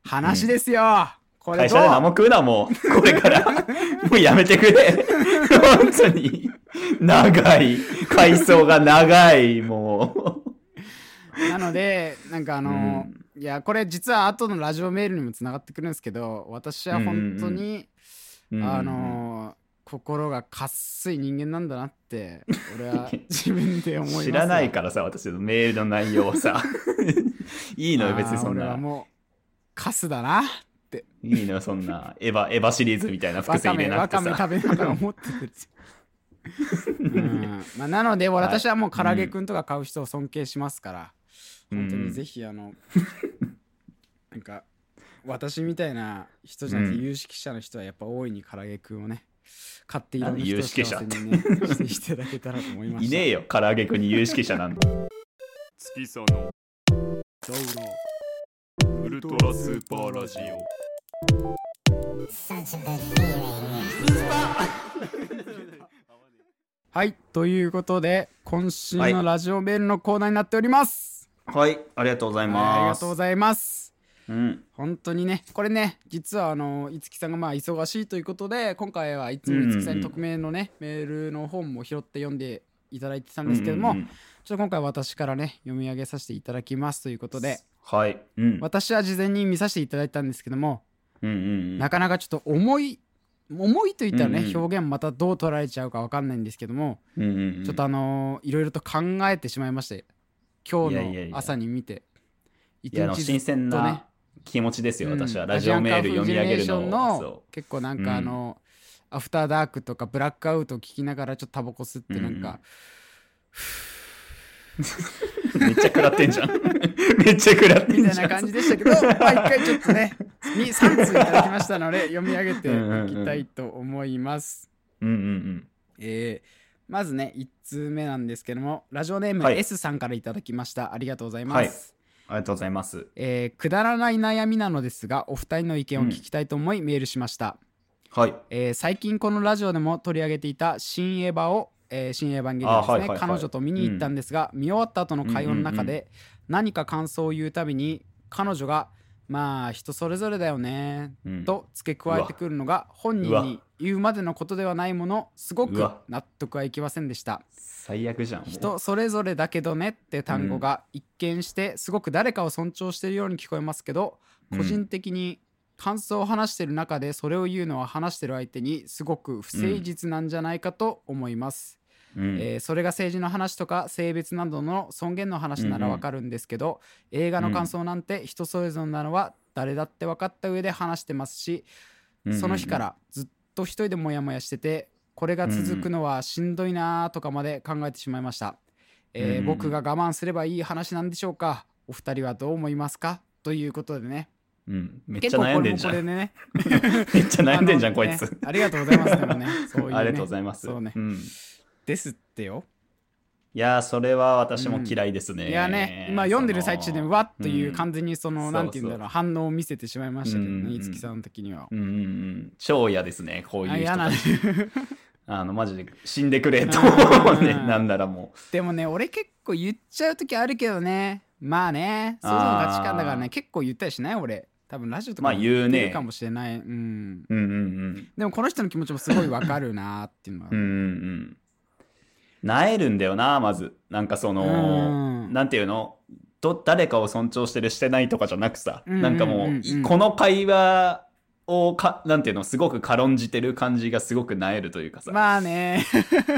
Speaker 2: 話ですよ、これ
Speaker 1: 会
Speaker 2: どう
Speaker 1: 社で何も食うなもうこれから もうやめてくれ本当に長い階層が長いもう
Speaker 2: なのでなんかあのーいやこれ実は後のラジオメールにもつながってくるんですけど私は本当に、
Speaker 1: うん
Speaker 2: あのー心がかっすい人間なんだな って俺は自分で思います
Speaker 1: 知らないからさ、私のメールの内容を さ。いい
Speaker 2: い
Speaker 1: のよ、別にそん
Speaker 2: 俺は
Speaker 1: な。
Speaker 2: もうカスだない
Speaker 1: いのよ、そんな。エヴァ、エヴァシリーズみたいな伏
Speaker 2: わ
Speaker 1: 線
Speaker 2: か
Speaker 1: 入れ
Speaker 2: め
Speaker 1: な
Speaker 2: わ
Speaker 1: くて
Speaker 2: かめ
Speaker 1: さ。
Speaker 2: 食べながら思っててうんまあ、なので俺私はもう唐揚げくんとか買う人を尊敬しますから、
Speaker 1: うん
Speaker 2: 本当にぜひあのなんか私みたいな人じゃなくて
Speaker 1: うん
Speaker 2: 有識者の人はやっぱ大いに唐揚げくんをね買っていろんな
Speaker 1: あ
Speaker 2: 人
Speaker 1: 有
Speaker 2: を
Speaker 1: 識
Speaker 2: 幸
Speaker 1: 者
Speaker 2: せにねしていただけたらと思いま
Speaker 1: い
Speaker 2: した
Speaker 1: ねえよ、唐揚げくんに有識者なんて。
Speaker 3: 月その
Speaker 2: どうも
Speaker 3: ウルトラスーパーラジオ
Speaker 2: はいということで今週のラジオメールのコーナーになっております、
Speaker 1: はい、ありがとうござい
Speaker 2: あり
Speaker 1: ま
Speaker 2: が
Speaker 1: す。
Speaker 2: とうございます
Speaker 1: うん。
Speaker 2: 本当にねこれね実はあのいつきさんがまあ忙しいということで今回はいつもいつきさんに匿名のね、メールの本も拾って読んでいただいてたんですけども、
Speaker 1: うんうんうん
Speaker 2: ちょっと今回私からね読み上げさせていただきますということで
Speaker 1: はい。うん。
Speaker 2: 私は事前に見させていただいたんですけども、
Speaker 1: うんうんうん
Speaker 2: なかなかちょっと重い重いと言ったらね、
Speaker 1: うんうん
Speaker 2: 表現またどう捉えちゃうかわかんないんですけども、
Speaker 1: うんうんうん
Speaker 2: ちょっとあのーいろいろと考えてしまいまして今
Speaker 1: いやいや
Speaker 2: 日
Speaker 1: い
Speaker 2: の
Speaker 1: や
Speaker 2: 朝に見て一
Speaker 1: いやあの
Speaker 2: ずっと
Speaker 1: 新鮮な気持ちですよ、私は。ラジオメール読み上げるの
Speaker 2: う
Speaker 1: を
Speaker 2: んアジアンカーフジェネレーションの
Speaker 1: そ
Speaker 2: 結構なんかあの、アフターダークとかブラックアウトを聞きながらちょっとタバコ吸ってなん
Speaker 1: うん
Speaker 2: か、
Speaker 1: うめっちゃ食らってんじゃん。 めっちゃ食らってんじゃん。
Speaker 2: みたいな感じでし たけどまあ一回ちょっとね3通いただきましたので読み上げていきたいと思います。
Speaker 1: うんうん
Speaker 2: えーまずね1通目なんですけどもラジオネーム
Speaker 1: はい
Speaker 2: S さんからいただきました、ありがとうございます。
Speaker 1: うん。ありがとうございます。
Speaker 2: えーくだらない悩みなのですがお二人の意見を聞きたいと思いメールしました、
Speaker 1: はい。
Speaker 2: えー最近このラジオでも取り上げていた「新エヴァを」えー新エヴァンゲリオンですね、
Speaker 1: あはいはいはい
Speaker 2: 彼女と見に行ったんですが、見終わった後の会話の中
Speaker 1: うんうん
Speaker 2: で何か感想を言うたびに彼女が「まあ人それぞれだよね
Speaker 1: うん」
Speaker 2: と付け加えてくるのが本
Speaker 1: う
Speaker 2: 人
Speaker 1: わ
Speaker 2: に言うまでのことではないものすごく
Speaker 1: うわ
Speaker 2: 納得はいきませんでした
Speaker 1: 最悪じゃん。もう
Speaker 2: 人それぞれだけどねって単語が一見してすごく誰かを尊重しているように聞こえますけど、
Speaker 1: うん
Speaker 2: 個人的に感想を話してる中でそれを言うのは話してる相手にすごく不誠実なんじゃないかと思います、
Speaker 1: うん
Speaker 2: えーそれが政治の話とか性別などの尊厳の話ならわかるんですけど、映画の感想なんて人それぞれなのは誰だって分かった上で話してますし、その日か。らずっと一人でモヤモヤしててこれが続くのはしんどいなーとかまで考えてしまいました、
Speaker 1: うんうん
Speaker 2: え
Speaker 1: う
Speaker 2: ー
Speaker 1: ん
Speaker 2: 僕が我慢すればいい話なんでしょうかお二人はどう思いますかということでね
Speaker 1: うんうんめっちゃ悩んでんじゃん。
Speaker 2: 結構これもこれね
Speaker 1: めっちゃ悩んでんじゃん、
Speaker 2: あ
Speaker 1: こ
Speaker 2: の
Speaker 1: いつ。
Speaker 2: ねありがとうございますでもねそういうね
Speaker 1: ありがとうございます。
Speaker 2: そうね
Speaker 1: ん
Speaker 2: ですってよ、
Speaker 1: いやー、それは私も嫌いですね。
Speaker 2: いやね今読んでる最中でわっといううん完全にその、
Speaker 1: そう
Speaker 2: なんて言うんだろう反応を見せてしまいましたけど
Speaker 1: うんうん
Speaker 2: ね
Speaker 1: うん
Speaker 2: 五木さんの時には、
Speaker 1: うんうんうん。超嫌ですね、こういう
Speaker 2: あ
Speaker 1: 人
Speaker 2: 嫌な
Speaker 1: た
Speaker 2: ん
Speaker 1: ち。あの、マジで死んでくれと、
Speaker 2: うん
Speaker 1: ね、 なんならも
Speaker 2: でもね俺結構言っちゃう時あるけどねまあねそういうのが価値観だから
Speaker 1: あ
Speaker 2: ね
Speaker 1: ー
Speaker 2: 結構言ったりしない俺多分ラジオと
Speaker 1: ま
Speaker 2: か
Speaker 1: あ
Speaker 2: も
Speaker 1: 言うね
Speaker 2: ってるかもしれない、うん
Speaker 1: う。うんうん
Speaker 2: でもこの人の気持ちもすごいわかるなーっていうのは
Speaker 1: うん。うんうんうん。なえるんだよな、まず。なんかその、
Speaker 2: うん
Speaker 1: なんていうのど誰かを尊重してるしてないとかじゃなくさ、
Speaker 2: うんうんうん
Speaker 1: なんかもう、いこの会話をか、なんていうの、すごく軽んじてる感じがすごくなえるというかさ。
Speaker 2: まあね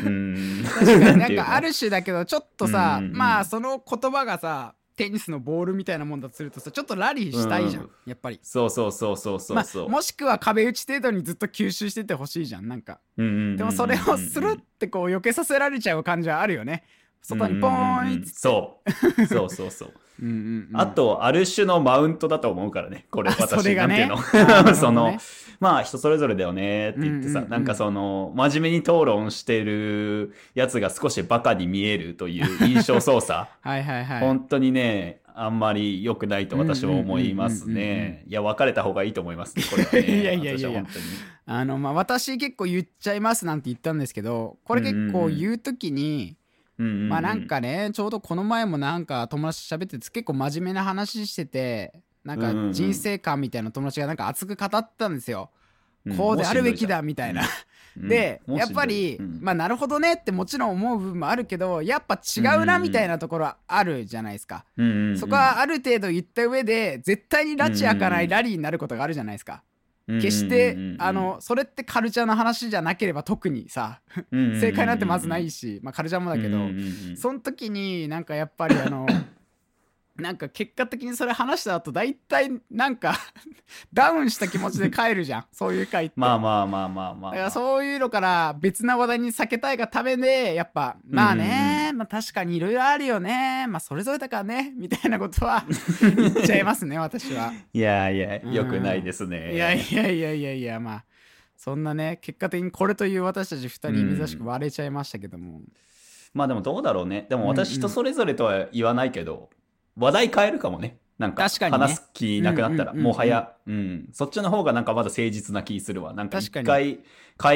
Speaker 1: うん。
Speaker 2: 確かに
Speaker 1: な
Speaker 2: なんん
Speaker 1: ていうの
Speaker 2: かある種だけどちょっとさ、
Speaker 1: うんうんうん
Speaker 2: まあその言葉がさテニスのボールみたいなもんだとするとさちょっとラリーしたいじゃん、
Speaker 1: うん
Speaker 2: やっぱり。
Speaker 1: そうそうそうそうそうそう。
Speaker 2: まあ、もしくは壁打ち程度にずっと吸収しててほしいじゃんなんか
Speaker 1: うんうんうんうんうん
Speaker 2: でもそれをするってこう避けさせられちゃう感じはあるよね外にポーン
Speaker 1: う
Speaker 2: っ
Speaker 1: んうんうん
Speaker 2: て
Speaker 1: そうそうそうそう。
Speaker 2: うんうんうん
Speaker 1: あと、ある種のマウントだと思うからね、これ、
Speaker 2: あそ
Speaker 1: 私、
Speaker 2: れが
Speaker 1: なんていう
Speaker 2: ね
Speaker 1: の
Speaker 2: あーなるほどね
Speaker 1: その、まあ、人それぞれだよねって言って
Speaker 2: うん
Speaker 1: さ、
Speaker 2: うんうん
Speaker 1: なんかその、真面目に討論してるやつが少しバカに見えるという印象操作、
Speaker 2: はいはいはい。
Speaker 1: 本当にね、あんまり良くないと私は思います
Speaker 2: うんうんうんうん
Speaker 1: ね。いや、別れた方がいいと思いますね、これはね。
Speaker 2: いやいやいやいや
Speaker 1: 私は本当に
Speaker 2: あのまあ私結構言っちゃいますなんて言ったんですけどこれ結構言う時に、
Speaker 1: うんうんうん
Speaker 2: まあなん、かねちょうどこの前もなんか友達と喋ってて結構真面目な話しててな
Speaker 1: う
Speaker 2: ん
Speaker 1: んうんう
Speaker 2: か
Speaker 1: ん
Speaker 2: 人生観みたいな友達がなんか熱く語ってたんですよ。
Speaker 1: ん
Speaker 2: こうであるべきだみたいな。。で、やっぱり、ま
Speaker 1: あ、
Speaker 2: あなるほどねってもちろん思う部分もあるけどやっぱ違うなみたいなところはあるじゃないですか。
Speaker 1: うんうんうん
Speaker 2: そこはある程度言った上で絶対に拉致開かな
Speaker 1: うんう
Speaker 2: い
Speaker 1: ん
Speaker 2: ラリーになることがあるじゃないですか。
Speaker 1: うんうんうんうん
Speaker 2: 決して、あのそれってカルチャーの話じゃなければ特にさ正解なんてまずないし、まあ、カルチャーもだけど、
Speaker 1: うんうんうん
Speaker 2: その時になんかやっぱりあのなんか結果的にそれ話した後大体なんか ダウンした気持ちで帰るじゃんそういう回って。
Speaker 1: まあまあまあまあまあまあ。
Speaker 2: だからそういうのから別な話題に避けたいがためでやっぱまあね、まあ、確かにいろいろあるよねまあそれぞれだからねみたいなこ とは言っちゃいますね私は。
Speaker 1: いやいや、
Speaker 2: うん
Speaker 1: よくないですね。
Speaker 2: いやいやいやいやいやまあそんなね結果的にこれという私たち2人珍しく割れちゃいましたけども、
Speaker 1: まあでもどうだろうね。でも
Speaker 2: うんう
Speaker 1: 私
Speaker 2: ん
Speaker 1: 人それぞれとは言わないけど、話題変えるかもね。なんか
Speaker 2: 確かにね
Speaker 1: 話す気なくなったら、
Speaker 2: うんうんうんう
Speaker 1: も
Speaker 2: ん
Speaker 1: はや、うん、そっちの方がなんかまだ誠実な気するわ。なんか一
Speaker 2: 確かに
Speaker 1: 回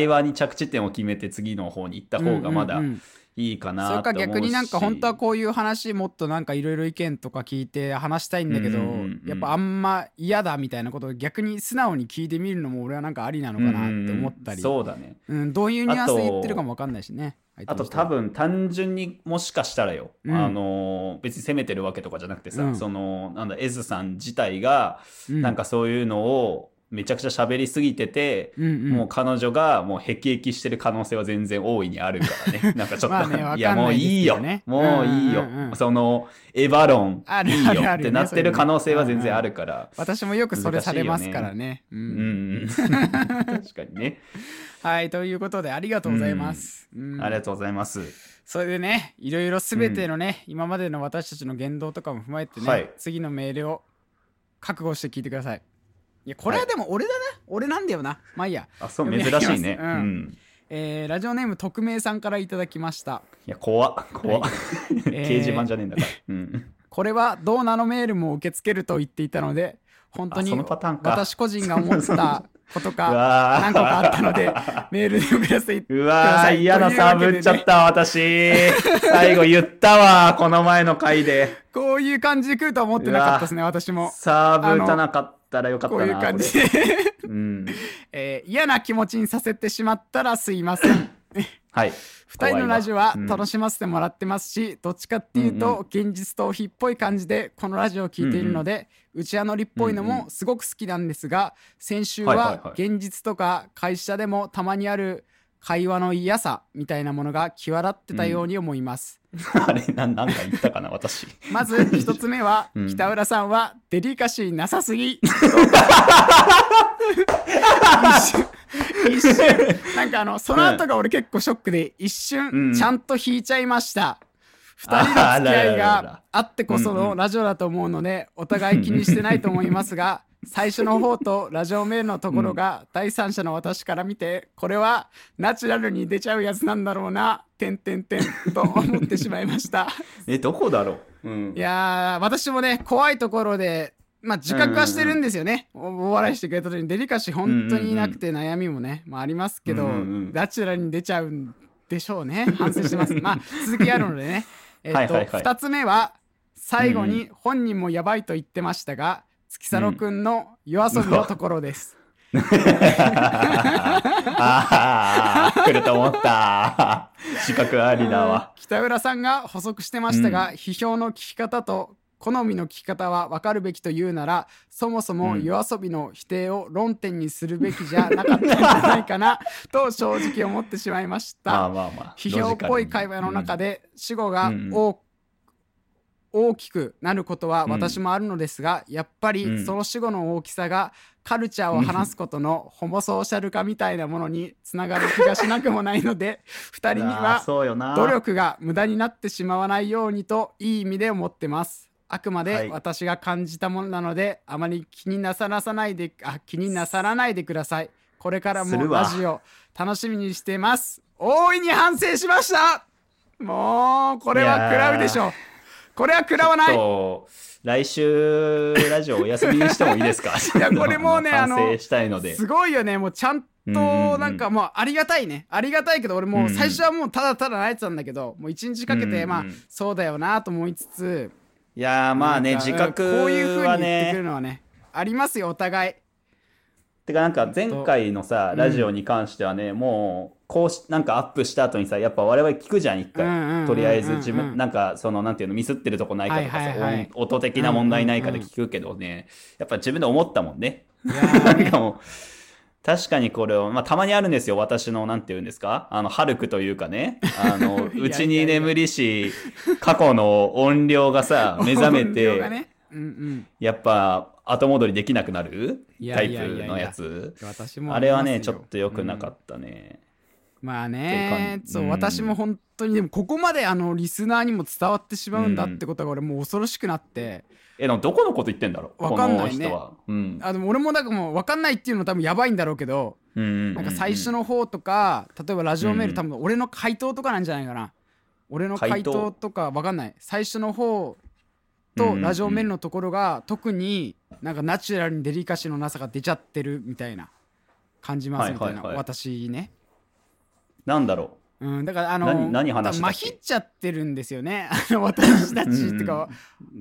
Speaker 1: 会話に着地点を決めて次の方に行った方がまだ
Speaker 2: うんうんうん
Speaker 1: いいかなと思
Speaker 2: そ
Speaker 1: う
Speaker 2: う
Speaker 1: し。
Speaker 2: か逆になんか本当はこういう話もっとなんかいろいろ意見とか聞いて話したいんだけど、
Speaker 1: うんうんうんうん
Speaker 2: やっぱあんま嫌だみたいなことを逆に素直に聞いてみるのも俺はなんかありなの
Speaker 1: う
Speaker 2: か
Speaker 1: んう
Speaker 2: なん
Speaker 1: うん
Speaker 2: って思ったり、うん
Speaker 1: そうだね。
Speaker 2: どういうニュアンスで言ってるかもわかんないしね
Speaker 1: あと多分単純にもしかしたらよ、
Speaker 2: うん
Speaker 1: あのー別に責めてるわけとかじゃなくてさ、
Speaker 2: うん
Speaker 1: そのなんだ S さん自体がなん
Speaker 2: か、
Speaker 1: かそういうのをめちゃくちゃ喋りすぎてて、
Speaker 2: うんうん
Speaker 1: もう彼女がもうへきしてる可能性は全然大いにあるから ねなんかちょっと
Speaker 2: ま あねわかんない
Speaker 1: やもういいよ、
Speaker 2: ですけどね
Speaker 1: もういいよ、
Speaker 2: うんうんうん
Speaker 1: そのエヴァロン
Speaker 2: ある
Speaker 1: いい
Speaker 2: あ
Speaker 1: よ
Speaker 2: るあ
Speaker 1: っ
Speaker 2: る
Speaker 1: て
Speaker 2: よね
Speaker 1: なってる可能性は全然あるから。
Speaker 2: 私もよくそれされますからね。う
Speaker 1: うんん、確かにね、
Speaker 2: はいということでありがとうございます。うん
Speaker 1: ありがとうございます。
Speaker 2: それでねいろいろ全てのね、今までの私たちの言動とかも踏まえてね、
Speaker 1: はい
Speaker 2: 次のメールを覚悟して聞いてください。いやこれはでも俺だな、俺なんだよなまあいいや、
Speaker 1: あ、そう、珍しいね。
Speaker 2: 読み上げ
Speaker 1: う
Speaker 2: ますうん
Speaker 1: ん。
Speaker 2: えーラジオネーム匿名さんからいただきました
Speaker 1: いや、怖っ、怖っ。
Speaker 2: えー
Speaker 1: 掲示板じゃねえんだから。うん。
Speaker 2: これはどうナノメールも受け付けると言っていたので本当
Speaker 1: あ
Speaker 2: に
Speaker 1: そのパターンか
Speaker 2: 私個人が思ったこ と
Speaker 1: う
Speaker 2: か
Speaker 1: わー
Speaker 2: 何個かあったのでメールで送らせ て
Speaker 1: う
Speaker 2: くだ
Speaker 1: わ
Speaker 2: さ
Speaker 1: ー
Speaker 2: い
Speaker 1: 嫌なさ
Speaker 2: というわけで
Speaker 1: ぶ
Speaker 2: ね
Speaker 1: っちゃった私最後言ったわこの前の回で
Speaker 2: こういう感じで来るとは思ってなかったですね私も
Speaker 1: サーブ打たなかったらよかった
Speaker 2: こ
Speaker 1: な
Speaker 2: ういう感じ
Speaker 1: こ
Speaker 2: で、
Speaker 1: れうん
Speaker 2: えー嫌な気持ちにさせてしまったらすいま せん
Speaker 1: はい
Speaker 2: 2人のラジオは楽
Speaker 1: し
Speaker 2: しませてもらってますし、どっちかっていうと現実逃避っぽい感じでこのラジオを聞いているので、内輪乗りっぽいのもすごく好きなんですが先週
Speaker 1: はいはいは
Speaker 2: はい現実とか会社でもたまにある会話の嫌さみたいなものが際立ってたように思います、
Speaker 1: あれななんか言ったかな私
Speaker 2: まず1つ目は、
Speaker 1: うん
Speaker 2: 北浦さんはデリカシーなさ すぎ一瞬なんかあのその後が俺結構ショックで一
Speaker 1: うん
Speaker 2: 瞬ちゃんと引いちゃいました、二人の付き合い
Speaker 1: あらららら
Speaker 2: があってこそのラジオだと思うのでお互い気にしてないと思います が最初の方とラジオメールのところが第三者の私から見てこれはナチュラルに出ちゃうやつなんだろうな点点点と思ってしまいました。
Speaker 1: えどこだろう、うん
Speaker 2: い、やー、私もね、怖いところで、まあ、自覚はしてるんですよね。おお笑いしてくれた時に、デリカシー本当になくて悩みもね、まあ、ありますけど、
Speaker 1: うんうんうん
Speaker 2: ナチュラルに出ちゃうんでしょうね。 反省してます。まあ、続きあるのでね。えっと、
Speaker 1: はい
Speaker 2: 二
Speaker 1: はいはい
Speaker 2: 2つ目は、最後に本人もやばいと言ってましたが、月佐野くんの夜遊びのところです。
Speaker 1: ああ来ると思った 資格ありだわ
Speaker 2: 北浦さんが補足してましたが、批評の聞き方と好みの聞き方は分かるべきというならそもそも
Speaker 1: うん
Speaker 2: 夜遊びの否定を論点にするべきじゃなかったんじゃない かなと正直思ってしまいまし
Speaker 1: まあま
Speaker 2: た。
Speaker 1: あまあ
Speaker 2: 批評っぽい会話の中
Speaker 1: で、
Speaker 2: で主語が
Speaker 1: うん
Speaker 2: 多大きくなることは私もあるのですが、やっぱ
Speaker 1: う
Speaker 2: り
Speaker 1: ん
Speaker 2: その主語の大きさがカルチャーを話すことのホモソーシャル化みたいなものにつながる気がしなくもないので二
Speaker 1: うん
Speaker 2: 人に
Speaker 1: あ
Speaker 2: は
Speaker 1: ーそうよな
Speaker 2: 努力が無駄になってしまわないようにといい意味で思ってますあくま
Speaker 1: は
Speaker 2: で
Speaker 1: い
Speaker 2: 私が感じたものなので、あまり気になさらさないであ気になさらないでくださいこれから
Speaker 1: す
Speaker 2: も
Speaker 1: るわ
Speaker 2: ラジオ楽しみにしてます大いに反省しましたもうこれは食らうでしょうこれは食らわない
Speaker 1: そう来週ラジオお休みにしてもいいですかい
Speaker 2: やこれもう ねあの
Speaker 1: 反省したいのです
Speaker 2: ごいよねもうちゃんと
Speaker 1: うんうんうん
Speaker 2: なんかもうありがたいねありがたいけど俺もう最初はもうただただ泣いてたんだけどもう一日かけ
Speaker 1: うんうんう
Speaker 2: て
Speaker 1: ん
Speaker 2: まあそうだよなと思いつつ
Speaker 1: いやーまあね
Speaker 2: なんか
Speaker 1: 自覚
Speaker 2: うんこういう風
Speaker 1: は
Speaker 2: に言ってくる
Speaker 1: ね
Speaker 2: のはねありますよお互い
Speaker 1: てかなんか前回のさ
Speaker 2: うん
Speaker 1: ラジオに関してはねもうこうしなんかアップした後にさやっぱ我々聞くじゃん一
Speaker 2: うんうんうんう
Speaker 1: 回
Speaker 2: ん
Speaker 1: とりあえず自分なんかそのなんていうのミスってるとこないかとか
Speaker 2: は
Speaker 1: さ
Speaker 2: いはいはい
Speaker 1: 音音的な問題ないかで聞くけどねやっぱ自分で思ったもんね
Speaker 2: いや
Speaker 1: な
Speaker 2: ー
Speaker 1: んかもう確かにこれを、まあ、たまにあるんですよ私のなんて言うんですかあのハルクというかねあの
Speaker 2: いや
Speaker 1: うちに眠りし過去の音量がさ目覚め
Speaker 2: 音量が
Speaker 1: て、
Speaker 2: ねうんうん
Speaker 1: やっぱ後戻りできなくなる
Speaker 2: い
Speaker 1: タ
Speaker 2: やい
Speaker 1: イ
Speaker 2: やいやいや
Speaker 1: プのやつ
Speaker 2: 私も
Speaker 1: あれはね
Speaker 2: ります
Speaker 1: ちょ
Speaker 2: よ
Speaker 1: っと良くなかったね、
Speaker 2: うんまあね
Speaker 1: っていう感じ
Speaker 2: そう、
Speaker 1: うん
Speaker 2: 私も本当にでもここまであのリスナーにも伝わってしまうんだってことが俺もう恐ろしくなって、
Speaker 1: えでもどこのこと言ってんだろう
Speaker 2: わかんないね
Speaker 1: この人は、うん
Speaker 2: あでも俺もなんかもう分かんないっていうの多分やばいんだろうけど、
Speaker 1: うんうう
Speaker 2: なんか最初の方とか例えばラジオメール、
Speaker 1: うん
Speaker 2: 多分俺の回答とかなんじゃないかな俺の回
Speaker 1: 回答
Speaker 2: 答とか分かんない最初の方
Speaker 1: うんう
Speaker 2: と
Speaker 1: んうん
Speaker 2: ラジオメールのところが特になんかナチュラルにデリカシーのなさが出ちゃってるみたいな感じますみたいな、
Speaker 1: はいはいはい
Speaker 2: 私ね、
Speaker 1: なんだろう。
Speaker 2: うん、だからあの
Speaker 1: 何何話してた
Speaker 2: ま
Speaker 1: っけ
Speaker 2: ひっちゃってるんですよねあの私た
Speaker 1: うんう
Speaker 2: ち
Speaker 1: ん
Speaker 2: とか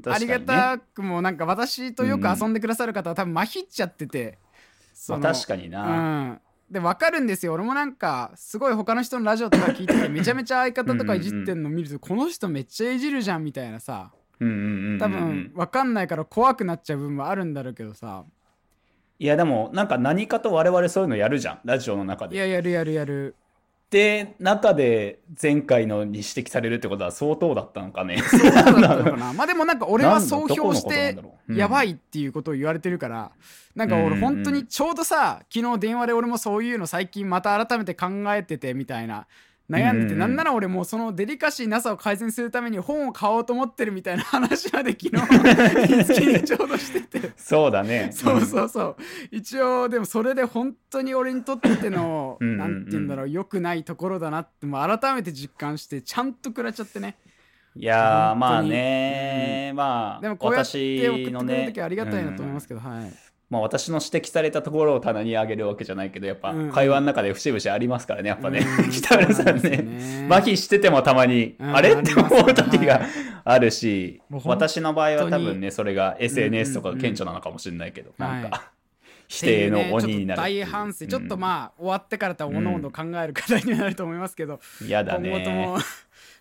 Speaker 2: ありがたくもなんか私とよく遊んでくださる方は多分まひっちゃってて、
Speaker 1: ま
Speaker 2: そ
Speaker 1: あ、
Speaker 2: の
Speaker 1: 確かにな。
Speaker 2: うんで分かるんですよ俺もなんかすごい他の人のラジオとか聞いて てめちゃめちゃ相方とかいじってんの見るとこの人めっちゃいじるじゃんみたいなさ
Speaker 1: うんうんうんうんうん
Speaker 2: 多分分かんないから怖くなっちゃう部分もあるんだろうけどさ
Speaker 1: いやでもなんか何かと我々そういうのやるじゃんラジオの中
Speaker 2: い
Speaker 1: で。
Speaker 2: ややるやるやる
Speaker 1: で中で前回のに指摘されるってことは相当だったのか ね。
Speaker 2: そうだったのかなまあでもなんか俺は総評し
Speaker 1: なんだどこのこ
Speaker 2: て
Speaker 1: となんだろううん
Speaker 2: やばいっていうことを言われてるからなんか
Speaker 1: うんうんう
Speaker 2: 俺
Speaker 1: ん
Speaker 2: 本当にちょうどさ昨日電話で俺もそういうの最近また改めて考えててみたいな悩
Speaker 1: う
Speaker 2: んで
Speaker 1: んうん
Speaker 2: て
Speaker 1: うん
Speaker 2: なんなら俺もうそのデリカシーなさを改善するために本を買おうと思ってるみたいな話まで昨 日見つけにちょうどしてて
Speaker 1: そうだね。
Speaker 2: そうそうそう一応でもそれで本当に俺にとっての
Speaker 1: うんうんうん
Speaker 2: なんて言うんだろう良くないところだなってもう改めて実感してちゃんと食らっちゃってね
Speaker 1: いやー
Speaker 2: 本
Speaker 1: まあ
Speaker 2: 当に
Speaker 1: ね、まあ
Speaker 2: でもこうやって送って
Speaker 1: 私の
Speaker 2: くれる
Speaker 1: ね
Speaker 2: 時はありがたいなと思いますけど、はい
Speaker 1: まあ、私の指摘されたところを棚に上げるわけじゃないけどやっぱ
Speaker 2: うん
Speaker 1: 会話の中で節々ありますからねやっぱね、
Speaker 2: う ん
Speaker 1: 北浦さん
Speaker 2: そうな
Speaker 1: ね
Speaker 2: んですよね
Speaker 1: 麻痺しててもたまに、
Speaker 2: うん
Speaker 1: あれ
Speaker 2: あ
Speaker 1: っ
Speaker 2: り
Speaker 1: て
Speaker 2: ますね
Speaker 1: 思う時
Speaker 2: は
Speaker 1: が
Speaker 2: い
Speaker 1: あるし、
Speaker 2: もう本当に
Speaker 1: 私の場合は多分ねそれが SNS とか
Speaker 2: う
Speaker 1: が
Speaker 2: んうん
Speaker 1: 顕著なのかもしれないけど、なん
Speaker 2: は
Speaker 1: か否定の
Speaker 2: って
Speaker 1: 鬼
Speaker 2: いう
Speaker 1: に
Speaker 2: ね
Speaker 1: なる
Speaker 2: ち
Speaker 1: っ
Speaker 2: ょっと
Speaker 1: ていう
Speaker 2: 大反省、ちょっと
Speaker 1: あ、
Speaker 2: まあ終わってからとはおのおの考える課題になると思いますけど、
Speaker 1: うんやだ
Speaker 2: 今後と
Speaker 1: ね
Speaker 2: も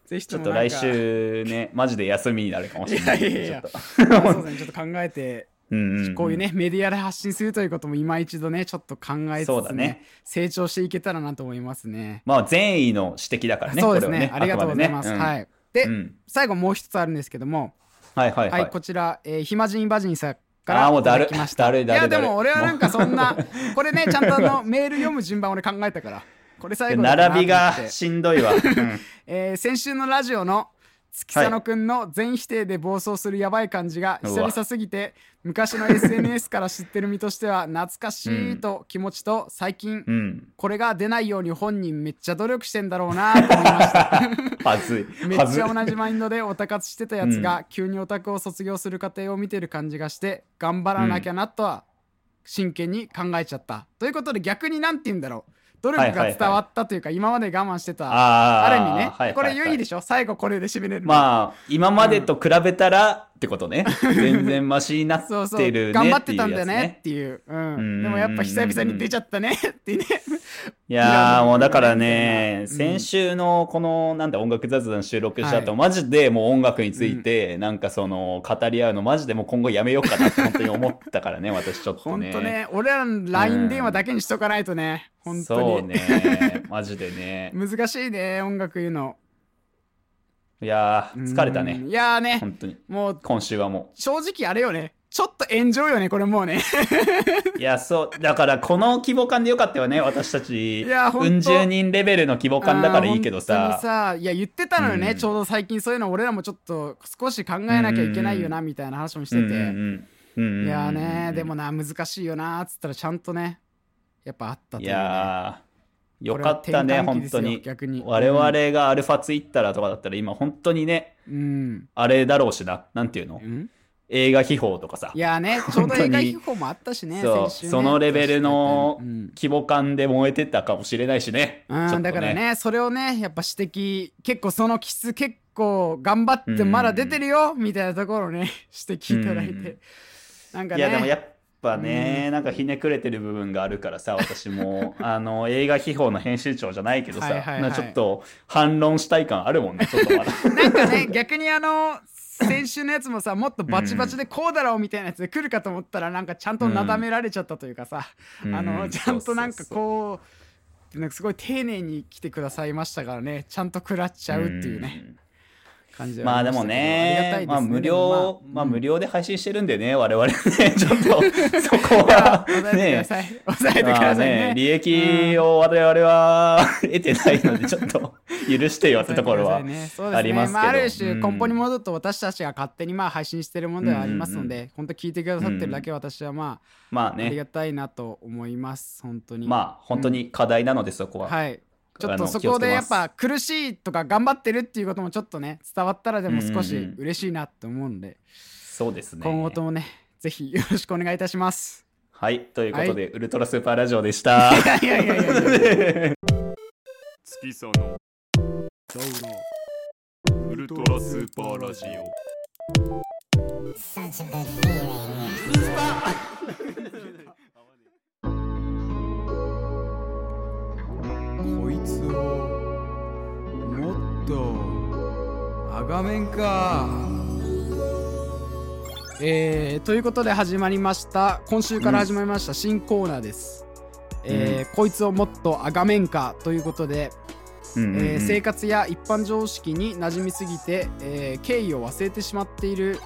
Speaker 2: ぜひ
Speaker 1: ちょ
Speaker 2: と
Speaker 1: っ
Speaker 2: も
Speaker 1: と
Speaker 2: なんか
Speaker 1: 来週ねマジで休みになるかもしれないけど
Speaker 2: いやいやいや
Speaker 1: ちょっと
Speaker 2: まあそうですねちょっと考えて
Speaker 1: うんうんん
Speaker 2: こういうねメディアで発信するということも今一度ねちょっと考えつつ、
Speaker 1: そうだね
Speaker 2: 成長していけたらなと思いますね
Speaker 1: まあ善意の指摘だからね
Speaker 2: そうです
Speaker 1: これ
Speaker 2: ね
Speaker 1: はね
Speaker 2: ありがとうございます、
Speaker 1: あくまでね
Speaker 2: はいで、
Speaker 1: うんうん
Speaker 2: 最後もう一つあるんですけども
Speaker 1: はいはい
Speaker 2: は、
Speaker 1: はいい、
Speaker 2: こちら、えー、暇人バジンさんか
Speaker 1: あ
Speaker 2: ら
Speaker 1: ーもうだる
Speaker 2: いただきました
Speaker 1: だるだる
Speaker 2: いや
Speaker 1: だ
Speaker 2: で
Speaker 1: る
Speaker 2: も俺はなんかそんなこれねちゃんとあのメール読む順番俺考えたからこれ最後だなと
Speaker 1: 並
Speaker 2: 思って
Speaker 1: びがしんどいわ。うん
Speaker 2: えー先週のラジオの月佐野くんの全否定で暴走するやばい感じが
Speaker 1: うわ
Speaker 2: 久々すぎて昔の SNS から知ってる身としては懐かしいと気持ちと最近
Speaker 1: うん。
Speaker 2: これが出ないように本人めっちゃ努力してんだろうなと思いました。
Speaker 1: はず
Speaker 2: め
Speaker 1: い。
Speaker 2: っ
Speaker 1: はず
Speaker 2: ち
Speaker 1: い。
Speaker 2: ゃ同じマインドでオタ活してたやつが急にオタクを卒業する過程を見てる感じがして頑張らなきゃなとは真剣に考えちゃった。ということで逆になんて言うんだろう努力が伝わったというか今まで我慢してた
Speaker 1: あ
Speaker 2: あ
Speaker 1: ー
Speaker 2: る意味ね、
Speaker 1: はい
Speaker 2: これ
Speaker 1: はいはい
Speaker 2: 良いでしょ最後これで締めれるの
Speaker 1: まあ、今までと比べたらってことね。全然マシになっ
Speaker 2: そう そう
Speaker 1: てるね。
Speaker 2: 頑張ってたんだよ
Speaker 1: いうやつ
Speaker 2: ねっ。ていううん
Speaker 1: うん
Speaker 2: でもやっぱ久々に出ちゃったね っていうね
Speaker 1: いやー、もうだからね、
Speaker 2: うん
Speaker 1: 先週のこの、なんだ、音楽雑談収録した後、
Speaker 2: は
Speaker 1: マジでもう音楽について、なんかその、語り合うの、マジでもう今後やめようかなって本当に思ったからね、私ちょっと
Speaker 2: 本
Speaker 1: ね。
Speaker 2: 当ね俺らの LINE 電話だけにしとかないとね本
Speaker 1: そ
Speaker 2: 当に
Speaker 1: うね、マジでね。
Speaker 2: 難しいね音楽言うの
Speaker 1: いやー、疲れた
Speaker 2: うん
Speaker 1: ね。
Speaker 2: いやーね
Speaker 1: 本当に。
Speaker 2: もう
Speaker 1: 今週はもう。
Speaker 2: 正直あれよねちょっと炎上よねこれもうね
Speaker 1: いや、そう、だからこの規模感でよかったよね、私たち。
Speaker 2: いやほんと
Speaker 1: うん十人レベルの規模感だからいいけど
Speaker 2: あー本
Speaker 1: さ。
Speaker 2: 当にさいや言ってたのよね、
Speaker 1: うん
Speaker 2: ちょうど最近そういうの俺らもちょっと少し考えなきゃいけないよなみたいな話もしてて、い
Speaker 1: い
Speaker 2: やーねでも。な難しいよなーっつったらちゃんとねやっぱあったと
Speaker 1: い
Speaker 2: いう、ね、
Speaker 1: やー、よかったね、
Speaker 2: これは転換期
Speaker 1: 本
Speaker 2: です
Speaker 1: 当
Speaker 2: よ
Speaker 1: に。
Speaker 2: 逆に
Speaker 1: 我々がアルファツイッターとかだったら、今本当にね、
Speaker 2: うん、
Speaker 1: あれだろうしな、なんていうの
Speaker 2: うん、
Speaker 1: 映画秘宝とかさ
Speaker 2: い。やーねちょ
Speaker 1: 本
Speaker 2: うど
Speaker 1: 当
Speaker 2: 映
Speaker 1: に
Speaker 2: 画秘宝もあったしね
Speaker 1: そう、
Speaker 2: 先週ね
Speaker 1: そのレベルの
Speaker 2: うん
Speaker 1: 規模感で燃えてたかもしれないしね。
Speaker 2: うん
Speaker 1: ちょっと
Speaker 2: だから。ねそれをねやっぱ指摘結構そのキス結構頑張ってまだ出てるよ、みたいなところをね 指摘いただいて、
Speaker 1: うん
Speaker 2: なんか
Speaker 1: い
Speaker 2: ね
Speaker 1: やでもやっぱね、なんかひねくれてる部分があるからさ私も あの映画秘宝の編集長じゃないけどさ、
Speaker 2: はいはいはい
Speaker 1: なちょっと反論したい感あるもんねちょっと まだ
Speaker 2: なんかね逆にあの先週のやつもさもっとバチバチでこうだろうみたいなやつで来るかと思ったらなんかちゃんとなだめられちゃったというかさ、
Speaker 1: うん
Speaker 2: あ
Speaker 1: う
Speaker 2: の
Speaker 1: ん
Speaker 2: ちゃんとなん
Speaker 1: そ
Speaker 2: か
Speaker 1: うそう
Speaker 2: こうなんかすごい丁寧に来てくださいましたからねちゃんと食らっちゃうっていうね、感じは
Speaker 1: まあ
Speaker 2: り
Speaker 1: で
Speaker 2: し
Speaker 1: も
Speaker 2: たけどあ
Speaker 1: ね
Speaker 2: り
Speaker 1: ま
Speaker 2: がた
Speaker 1: あ
Speaker 2: いですね
Speaker 1: 無料
Speaker 2: でも
Speaker 1: まあ
Speaker 2: うん
Speaker 1: 無料で配信してるんでね我々ね ちょっとそこ
Speaker 2: いや
Speaker 1: は
Speaker 2: 抑えてくだ
Speaker 1: ね
Speaker 2: さい。抑えてく
Speaker 1: ま
Speaker 2: だ
Speaker 1: あ
Speaker 2: さいね。
Speaker 1: ね利益を我々は 得てないのでちょっと許してよ
Speaker 2: や
Speaker 1: ってところはありますけど
Speaker 2: あ、ある種
Speaker 1: うん
Speaker 2: 根本に戻ると私たちが勝手にまあ配信してるものではありますので、本当聞いてくださってるだけ私はまあ、
Speaker 1: まあ
Speaker 2: ありが
Speaker 1: ね
Speaker 2: たいなと思います本当に。
Speaker 1: まあ本当に課題なのでそこは、
Speaker 2: はい。ちょっ
Speaker 1: あ
Speaker 2: と
Speaker 1: の
Speaker 2: そ
Speaker 1: 気を
Speaker 2: こ
Speaker 1: つけ
Speaker 2: でや
Speaker 1: ま
Speaker 2: っ
Speaker 1: す
Speaker 2: ぱ苦しいとか頑張ってるっていうこともちょっとね伝わったらでも少し
Speaker 1: うんうんうん
Speaker 2: 嬉しいなって思うので、
Speaker 1: そうですね。
Speaker 2: 今後ともね、ぜひよろしくお願いいたします。
Speaker 1: はい、ということで、ウルトラスーパーラジオでし
Speaker 2: い
Speaker 1: た。
Speaker 2: やいやいやいやいや。
Speaker 3: 月そのウルトラスーパーラジオ
Speaker 2: こいつをもっとあがめんかえー、ということで始まりました今週から始まりました新コーナーです、えーこいつをもっとあがめんかということで、
Speaker 1: うんうんうん
Speaker 2: えー生活や一般常識に馴染みすぎて、えー敬意を忘れてしまっている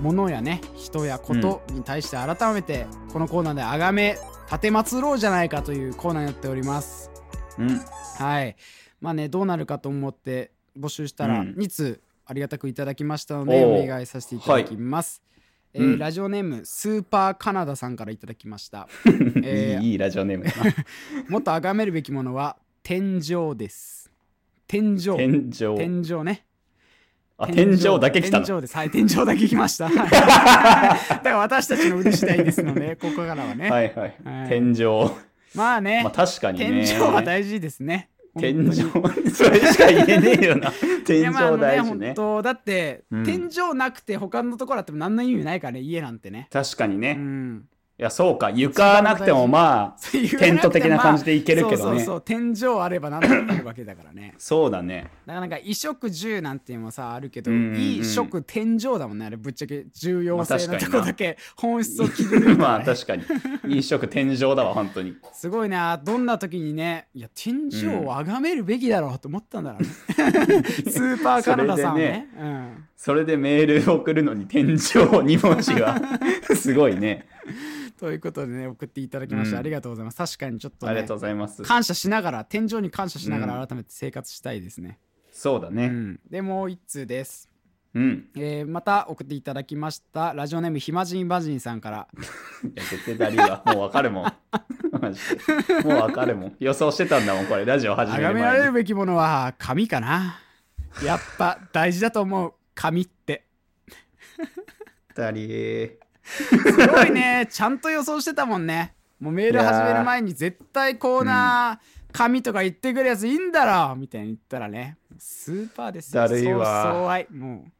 Speaker 2: ものやね人やことに対して改めてこのコーナーであがめ立てまつろうじゃないかというコーナーになっております
Speaker 1: うん、
Speaker 2: はい。まあね、どうなるかと思って募集したら
Speaker 1: うん
Speaker 2: 2通ありがたくいただきましたので、
Speaker 1: おー
Speaker 2: お願いさせていただきます。えー
Speaker 1: うん
Speaker 2: ラジオネームスーパーカナダさんからいただき ました。えー
Speaker 1: いいいいラジオネー ムだな。
Speaker 2: もっと崇めるべきものは天井です。天井。
Speaker 1: 天井。
Speaker 2: 天井ね。
Speaker 1: あ、天井だけ来たの。
Speaker 2: 天井です。はい、天井だけ来 ました。だから私たちの腕次第ですので、ここからはね。
Speaker 1: はいはい
Speaker 2: はい。
Speaker 1: 天井。
Speaker 2: まあね、
Speaker 1: まあ確かに
Speaker 2: 天
Speaker 1: ね。
Speaker 2: 井は大事ですね。
Speaker 1: 天井。それしか言えねえよな。天
Speaker 2: い
Speaker 1: 井
Speaker 2: やまああのね
Speaker 1: 大事ね
Speaker 2: 本。当だって、
Speaker 1: うん
Speaker 2: 天井なくて他のところあっても何の意味ないからね家なんてね
Speaker 1: 確かに
Speaker 2: う
Speaker 1: ね。
Speaker 2: ん
Speaker 1: いや、そうか。床なくてもまあ、
Speaker 2: そういう
Speaker 1: テント的な感じでいけるけど
Speaker 2: まあそう
Speaker 1: ね。
Speaker 2: そう
Speaker 1: そ
Speaker 2: そうう天井あれば何とかなるわけだからね
Speaker 1: だね。
Speaker 2: だからなんか衣食住なんていうのもさあるけど、
Speaker 1: う
Speaker 2: い
Speaker 1: んうんうん
Speaker 2: 衣食天井だもんねあれぶっちゃけ重要
Speaker 1: まあ確
Speaker 2: 性
Speaker 1: か
Speaker 2: の
Speaker 1: にな
Speaker 2: とこだけ本質を切り抜いたね
Speaker 1: まあ確かに。飲食天井だわ、本当に。
Speaker 2: すごいなどんな時にねいや天井を崇めるべきだろうと思ったんだろうね、スーパーカナダさんはねうん
Speaker 1: それでメール送るのに天井2文字 はすごいね。
Speaker 2: ということでね送っていただきまし
Speaker 1: う
Speaker 2: た、
Speaker 1: ん
Speaker 2: ありがとうございます確かにちょっと、ね、
Speaker 1: ありがとうございます。
Speaker 2: 感謝しながら天井に感謝しながら改めて生活したいですね、
Speaker 1: そうだ
Speaker 2: うん
Speaker 1: ね。
Speaker 2: でもう一通です、
Speaker 1: うん。
Speaker 2: えーまた送っていただきましたラジオネームひまじんばじんさんから
Speaker 1: いや、絶対ダリ ーはもうわかるもん。マジでもうわかるもん。予想してたんだもん、これ。ラジオ始め
Speaker 2: 崇
Speaker 1: る
Speaker 2: められ
Speaker 1: 前
Speaker 2: る
Speaker 1: に。
Speaker 2: べきものは紙かなやっぱ大事だと思う紙って
Speaker 1: ダリー。
Speaker 2: すご いねちゃんと予想してたもんねもうメール始める前に絶対コーナー紙とか言ってくるやついいんだろみたいに言ったらねスーパーですよ
Speaker 1: だるいわ
Speaker 2: そうそう愛もう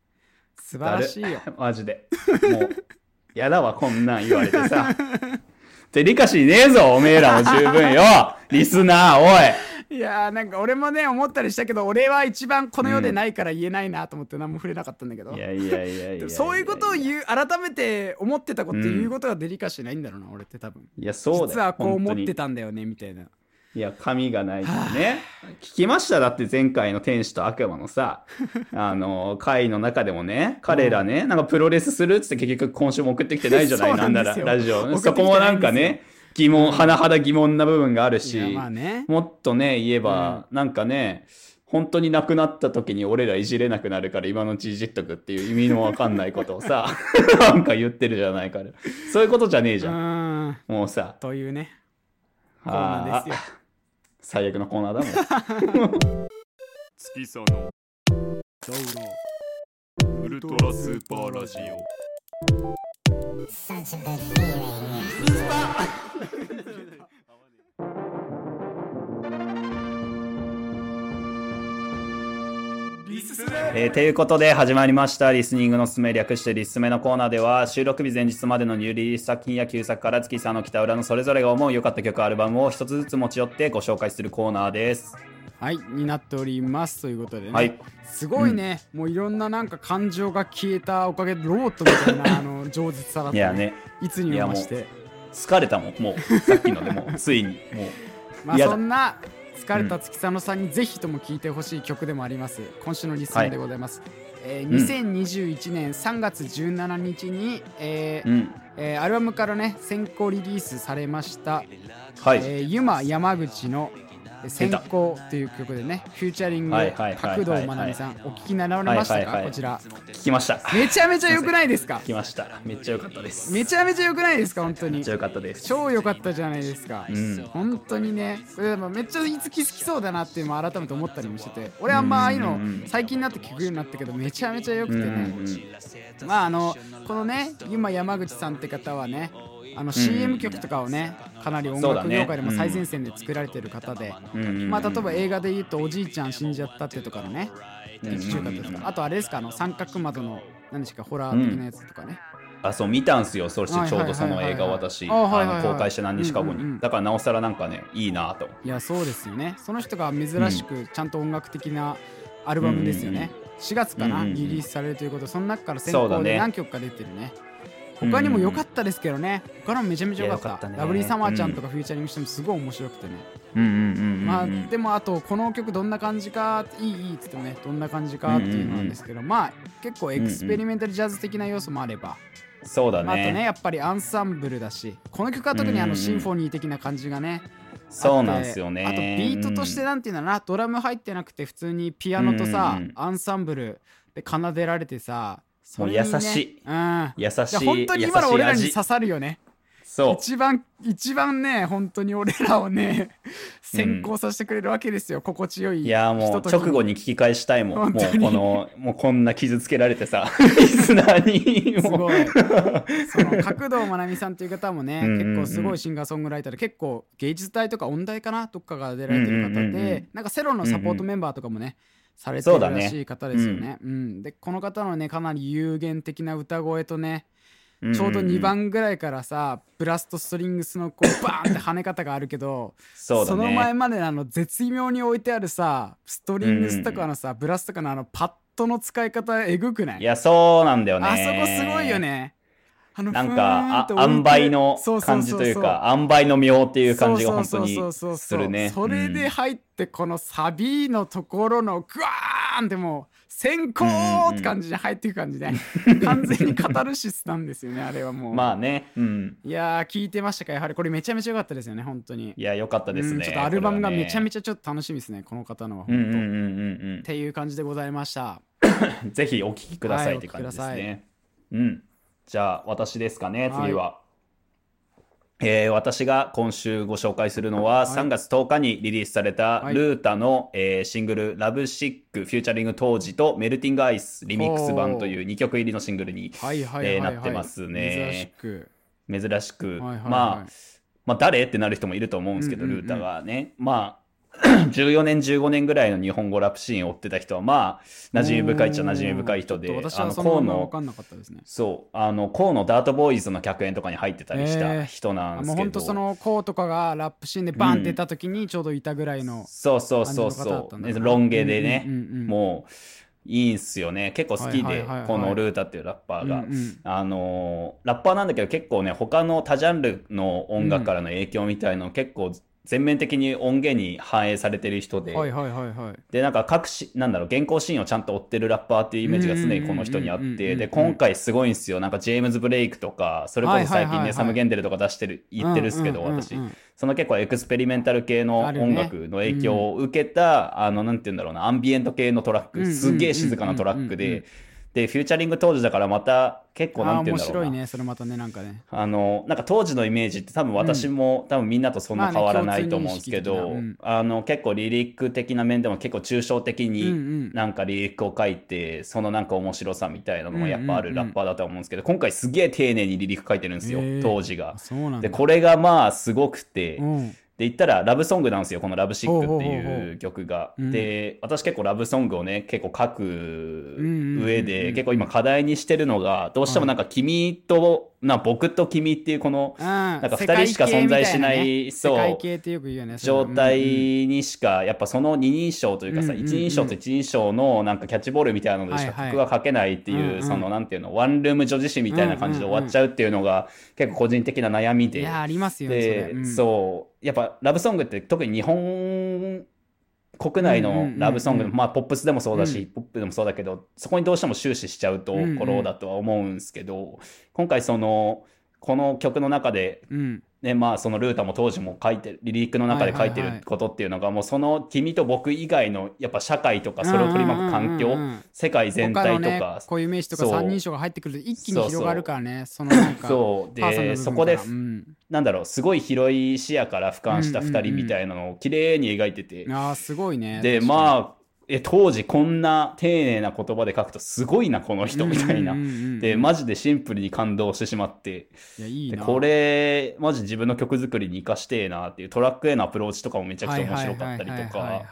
Speaker 2: 素晴らしいよ
Speaker 1: だるマジで。もう、やだわ、こんなん言われてさ。デリカシーねえぞ、おめえらも十分よ。リスナー、おい。
Speaker 2: いやーなんか俺もね思ったりしたけど俺は一番この世でないから言えないなと思って何も触れなかったんだ けど、
Speaker 1: いやいやいやいや。
Speaker 2: そういうことを
Speaker 1: い
Speaker 2: 言う改めて思ってたこと
Speaker 1: うん
Speaker 2: 言うことがデリカシーないんだろうな、俺って多分
Speaker 1: や、そうだよ
Speaker 2: 実はこう思っ
Speaker 1: 本当
Speaker 2: て
Speaker 1: に
Speaker 2: たんだよねみたいない
Speaker 1: や、神がないってね。聞きましただって前回の天使と悪魔のさ、あの、会の中でもね、彼らね、なんかプロレスするっつって結局今週も送ってきてないじゃな
Speaker 2: そ
Speaker 1: い、
Speaker 2: うな
Speaker 1: なんん
Speaker 2: で
Speaker 1: な
Speaker 2: す
Speaker 1: ら、ラ
Speaker 2: よ
Speaker 1: ジオ。
Speaker 2: 送
Speaker 1: そ
Speaker 2: っ
Speaker 1: こ
Speaker 2: てきて
Speaker 1: も
Speaker 2: な
Speaker 1: ない
Speaker 2: んですよ
Speaker 1: んかね、疑問、甚だ疑問な部分がある
Speaker 2: いや
Speaker 1: し、
Speaker 2: まあね
Speaker 1: もっとね、言えば、なんかね、本当になくなった時に俺らいじれなくなるから今のうちいじっとくっていう意味のわかんないことを さ、なんか言ってるじゃないから。そういうことじゃねえ
Speaker 2: う
Speaker 1: じゃん。
Speaker 2: ーん
Speaker 1: もうさ、
Speaker 2: というねコー
Speaker 1: あ
Speaker 2: ナーですよ
Speaker 1: 最悪のコーナーだもん。
Speaker 3: 月そのウルトラスーパーラジオ
Speaker 1: えーということで始まりました「リスニングのすすめ」略して「リスメ」のコーナーでは収録日前日までのニューリリース作品や旧作から月さんの北浦のそれぞれが思う良かった曲アルバムを一つずつ持ち寄ってご紹介するコーナーです。
Speaker 2: はいになっておりますということでね、
Speaker 1: はい
Speaker 2: すごいね、もういろんななんか感情が消えたおかげでロボットみたいなあの饒舌さだっ
Speaker 1: い
Speaker 2: た
Speaker 1: やね
Speaker 2: いつにも増して
Speaker 1: 疲れたもんもうさっきので もうついにもう
Speaker 2: まあ
Speaker 1: 嫌だ
Speaker 2: そんな疲れた月佐野さんにぜひとも聴いてほしい曲でもあります今週のリスナーでございます、え
Speaker 1: う
Speaker 2: ー
Speaker 1: ん
Speaker 2: 2021年3月17日に、えー
Speaker 1: うん
Speaker 2: えーアルバムからね先行リリースされまし
Speaker 1: は
Speaker 2: た、
Speaker 1: い、
Speaker 2: えーユマ山口の「先行」っていう曲でねフューチャリング
Speaker 1: はいはいはいはいはい
Speaker 2: 角堂まなみさんお聞きになられました
Speaker 1: はいはい
Speaker 2: か
Speaker 1: はい
Speaker 2: こちら
Speaker 1: 聞きました。聞
Speaker 2: めちゃめちゃ良くないですか
Speaker 1: きました。めっちゃ良かったです。めっ
Speaker 2: めちゃめちゃ良くないですか本当に
Speaker 1: ちゃ良かったです。
Speaker 2: 超良かったじゃないですか、
Speaker 1: ん
Speaker 2: 本当にねこれでもめっちゃいつき好きそうだなっていうのも改めて思ったりもしてて俺はあんまああいうの最近になって聞くようになったけどめちゃめちゃ良くてね、
Speaker 1: うんうん
Speaker 2: まああのこのね今山口さんって方はねあの CM 曲とかをねかなり音
Speaker 1: そうだ
Speaker 2: 楽
Speaker 1: ね
Speaker 2: 業界でも最前線で作られてる方で、
Speaker 1: うんうんうん
Speaker 2: まあ、例えば映画で言うと「おじいちゃん死んじゃった」ってとかのね劇中歌ですかあとあれですかあの三角窓の何ですかホラー的なやつとかね、
Speaker 1: あそう見たんすよそし
Speaker 2: はい
Speaker 1: てち
Speaker 2: はい
Speaker 1: ょうどその映画を
Speaker 2: はいはい
Speaker 1: 私
Speaker 2: あはいは
Speaker 1: あ
Speaker 2: いはい
Speaker 1: の公開して何日か後に、
Speaker 2: うんうんうん
Speaker 1: だからなおさらなんかねいいなと
Speaker 2: いやそうですよねその人が珍しくちゃんと音楽的なアルバムですよね、4月かな、
Speaker 1: うんうんうん
Speaker 2: リリースされるということでその中から先
Speaker 1: そうだ
Speaker 2: 行で
Speaker 1: ね
Speaker 2: 何曲か出てるね他にも良かったですけどね他のもめちゃめちゃ良かった
Speaker 1: いや良かったね
Speaker 2: ラブリーサマーちゃんとかフューチャリングしてもすごい面白くてね、
Speaker 1: うんうんうんうんうん
Speaker 2: まあでもあとこの曲どんな感じかいいいいっつってもねどんな感じかっていうのなんですけど、まあ結構エクスペリメンタルジャズ的な要素もあれば、
Speaker 1: そうだ
Speaker 2: まああとね
Speaker 1: ね
Speaker 2: やっぱりアンサンブルだしこの曲は特にあ
Speaker 1: うんう
Speaker 2: の
Speaker 1: ん
Speaker 2: シンフォニー的な感じがね、
Speaker 1: そうなんすよね
Speaker 2: あってあとビートとしてなんていうのかな、ドラム入ってなくて普通にピアノとさ、
Speaker 1: うんうんうん
Speaker 2: アンサンブルで奏でられてさそれにね
Speaker 1: もう優しい
Speaker 2: うん
Speaker 1: 優しい
Speaker 2: いや本当に今の俺らに
Speaker 1: 優しい
Speaker 2: 刺
Speaker 1: 味
Speaker 2: さるよね
Speaker 1: そう
Speaker 2: 一番一番ね本当に俺らをね先行させてくれるわけですよ、心地よい
Speaker 1: いやーもう
Speaker 2: ひととき
Speaker 1: 直後に聞き返したいもん
Speaker 2: 本
Speaker 1: も
Speaker 2: 当
Speaker 1: う
Speaker 2: に
Speaker 1: このもうこんな傷つけられて さリスナーに
Speaker 2: す
Speaker 1: もう
Speaker 2: ご いその角堂まなみさんという方もね
Speaker 1: うんうんうん
Speaker 2: 結構すごいシンガーソングライターで結構芸術大とか音大かなどっかが出られてる方で、
Speaker 1: うんうんうんうん
Speaker 2: なんかセロのサポートメンバーとかもね、されてるらしい方ですよねうんでこの方のねかなり有限的な歌声とねちょうど2番ぐらいからさブラストストリングスのこ うバーンって跳ね方があるけど
Speaker 1: そうだ
Speaker 2: の前
Speaker 1: ね
Speaker 2: までのあの絶妙に置いてあるさストリングスとかのさ、ブラスとかのあのパッドの使い方えぐくない
Speaker 1: いやそうなんだよね
Speaker 2: あそこすごいよねあの
Speaker 1: なん
Speaker 2: ふー
Speaker 1: かあ
Speaker 2: と
Speaker 1: 塩
Speaker 2: 浮いて
Speaker 1: 梅の感じというか塩梅の妙っていう感じが本当に
Speaker 2: そうそうそうそう
Speaker 1: するね
Speaker 2: それで入ってこのサビのところのグワーンってもう先行って感じで入っていく感じで、完全にカタルシスなんです よねあれはも
Speaker 1: う
Speaker 2: うん
Speaker 1: まあねうん
Speaker 2: いやー聞いてましたかやはりこれめちゃめちゃ良かったですよね本当に
Speaker 1: いや良かったです
Speaker 2: うん
Speaker 1: ね
Speaker 2: ちょっとアルバムがめちゃめ
Speaker 1: ち
Speaker 2: ちゃちょっと楽しみですねこの方のは本
Speaker 1: う
Speaker 2: 当、
Speaker 1: んうんうんうんうん
Speaker 2: っていう感じでございました
Speaker 1: ぜひお聞きくださ
Speaker 2: はいい
Speaker 1: って感じで
Speaker 2: お
Speaker 1: す
Speaker 2: 聞きくだ
Speaker 1: ね。うん。じゃあ、私ですかね、
Speaker 2: はい
Speaker 1: 次は。えー私が今週ご紹介するのは、3月10日にリリースされた
Speaker 2: はい
Speaker 1: ルータの、えーシングル「ラブシックフューチャリング当時」と「メルティングアイスリミックス版」という2曲入りのシングルに
Speaker 2: はいはいはい、
Speaker 1: え
Speaker 2: は
Speaker 1: ー
Speaker 2: い
Speaker 1: なってますね
Speaker 2: 珍しく
Speaker 1: 珍しく、
Speaker 2: はいはいは
Speaker 1: ま
Speaker 2: い
Speaker 1: あ、まあ、誰ってなる人もいると思うんですけど、
Speaker 2: うんうんうん
Speaker 1: ルータがね。まあ、14年、15年ぐらいの日本語ラップシーンを追ってた人は、まあ、馴染み深いっちゃ馴染み深い人で、
Speaker 2: おーちょっと私はそ
Speaker 1: 河
Speaker 2: の
Speaker 1: 野
Speaker 2: まま分かんなかったですね
Speaker 1: そう、あの、河野ダートボーイズの客演とかに入ってたりした人なん
Speaker 2: あ
Speaker 1: です
Speaker 2: も
Speaker 1: けど、
Speaker 2: うほんとそのこうとかがラップシーンでバンって出た時にちょうどいたぐらいの、
Speaker 1: そうそうそう
Speaker 2: 感じの方だっ
Speaker 1: そ
Speaker 2: た
Speaker 1: う、
Speaker 2: んだな
Speaker 1: ねロン毛でね、
Speaker 2: うんうんうん
Speaker 1: もういいんすよね。結構好き
Speaker 2: はい
Speaker 1: で
Speaker 2: はいはいはい、
Speaker 1: このルータっていうラッパーが。
Speaker 2: うんうん
Speaker 1: あのーラッパーなんだけど結構ね他の他ジャンルの音楽からの影響みたいのを結構全面的に音源に反映されてる人で、
Speaker 2: はいはいはいはい
Speaker 1: でなんか各しなんだろう現行シーンをちゃんと追ってるラッパーっていうイメージが常にこの人にあっ
Speaker 2: うんうんうんうんうんう
Speaker 1: て
Speaker 2: ん
Speaker 1: で今回すごいんですよなんかジェームズ・ブレイクとかそれこそ
Speaker 2: はい
Speaker 1: 最
Speaker 2: はいはい
Speaker 1: 近
Speaker 2: はい
Speaker 1: ねサム・ゲンデルとか出してる言ってるっすけど
Speaker 2: うんうんうんうん
Speaker 1: 私その結構エクスペリメンタル系の
Speaker 2: あるね
Speaker 1: 音楽の影響を受けたあのなんて言うんだろうなアンビエント系のトラッ
Speaker 2: うん
Speaker 1: ク
Speaker 2: うんうんうん
Speaker 1: すげえ静かなトラック
Speaker 2: うんうん
Speaker 1: ででフューチャリング当時だからまた結構
Speaker 2: あ
Speaker 1: な
Speaker 2: ー
Speaker 1: んて言う
Speaker 2: 面
Speaker 1: んだろ
Speaker 2: 白
Speaker 1: う
Speaker 2: い
Speaker 1: な
Speaker 2: ねそれまたねなんかね
Speaker 1: あのなんか当時のイメージって多分私も、多分みんなとそん
Speaker 2: まあ
Speaker 1: な
Speaker 2: ね
Speaker 1: 変わらないと思うんですけど、
Speaker 2: 共通認識
Speaker 1: あの結構リリック的な面でも結構抽象的
Speaker 2: うんう
Speaker 1: に
Speaker 2: ん
Speaker 1: なんかリリックを書いて、そのなんか面白さみたいなのもやっぱあ
Speaker 2: うん
Speaker 1: る
Speaker 2: うんう
Speaker 1: ラ
Speaker 2: ん
Speaker 1: ッパーだと思うんですけど、今回すげえ丁寧にリリック書いてるんですよ、
Speaker 2: へえ
Speaker 1: 当時が
Speaker 2: あ。そうなんだ
Speaker 1: でこれがまあすごくて、
Speaker 2: うん
Speaker 1: で言ったらラブソングなんですよこの「ラブシック」って
Speaker 2: ほうほうほう
Speaker 1: い
Speaker 2: ほ
Speaker 1: う曲が。
Speaker 2: うん
Speaker 1: で私結構ラブソングをね結構書く上
Speaker 2: んうんうんうん
Speaker 1: で結構今課題にしてるのがどうしてもなんか「君と」な僕と君っていうこの
Speaker 2: なん
Speaker 1: か二人しか存在しないそう
Speaker 2: 世界系ってよく言うよねそれ
Speaker 1: 状態にしかやっぱその二人称というかさ
Speaker 2: うん
Speaker 1: 一人称と一人称のなんかキャッチボールみたいなのでしか
Speaker 2: はいはい
Speaker 1: 曲が書けないって
Speaker 2: うんう
Speaker 1: い
Speaker 2: ん
Speaker 1: うそのなんていうのワンルーム女子誌みたいな感じで終わっちゃうっていうのが結構個人的な悩み
Speaker 2: うんうんうんい
Speaker 1: で
Speaker 2: やありますよね
Speaker 1: で、
Speaker 2: それうん
Speaker 1: そうやっぱラブソングって特に日本国内
Speaker 2: うんうんう
Speaker 1: の
Speaker 2: んうん
Speaker 1: ラブソング、まあポップスでもそうだし、
Speaker 2: うん
Speaker 1: ポップでもそうだけどそこにどうしても終始しちゃうところだとは思うんですけど、今回そのこの曲の中で
Speaker 2: うん
Speaker 1: ね、まあそのルータも当時も書いてる、リリックの中で書いて
Speaker 2: はいはいはい
Speaker 1: ることっていうのが、もうその君と僕以外のやっぱ社会とかそれを取り巻く環
Speaker 2: うん
Speaker 1: 境
Speaker 2: うんうんうん、
Speaker 1: 世界全
Speaker 2: 他
Speaker 1: 体
Speaker 2: の
Speaker 1: と
Speaker 2: ね
Speaker 1: か、
Speaker 2: 固有名詞とか
Speaker 1: そう
Speaker 2: 三人称が入ってくると一気に広がるからねそのなん か
Speaker 1: そう
Speaker 2: パーソ
Speaker 1: で
Speaker 2: ナル部分
Speaker 1: そこで
Speaker 2: からうん
Speaker 1: なんだろうすごい広い視野から俯瞰した2人みたいなのを綺麗に描いてて、
Speaker 2: あーすごいね
Speaker 1: で
Speaker 2: 確か
Speaker 1: まあえ当時こんな丁寧な言葉で書くとすごいなこの人
Speaker 2: に
Speaker 1: みたいな
Speaker 2: うん。うんうんうん
Speaker 1: でマジでシンプルに感動してしまって
Speaker 2: いやいい
Speaker 1: で
Speaker 2: な
Speaker 1: これマジ自分の曲作りに生かしてえなっていうトラックへのアプローチとかもめちゃくちゃ面白かったりと
Speaker 2: はいはいはいはい
Speaker 1: か
Speaker 2: はいはい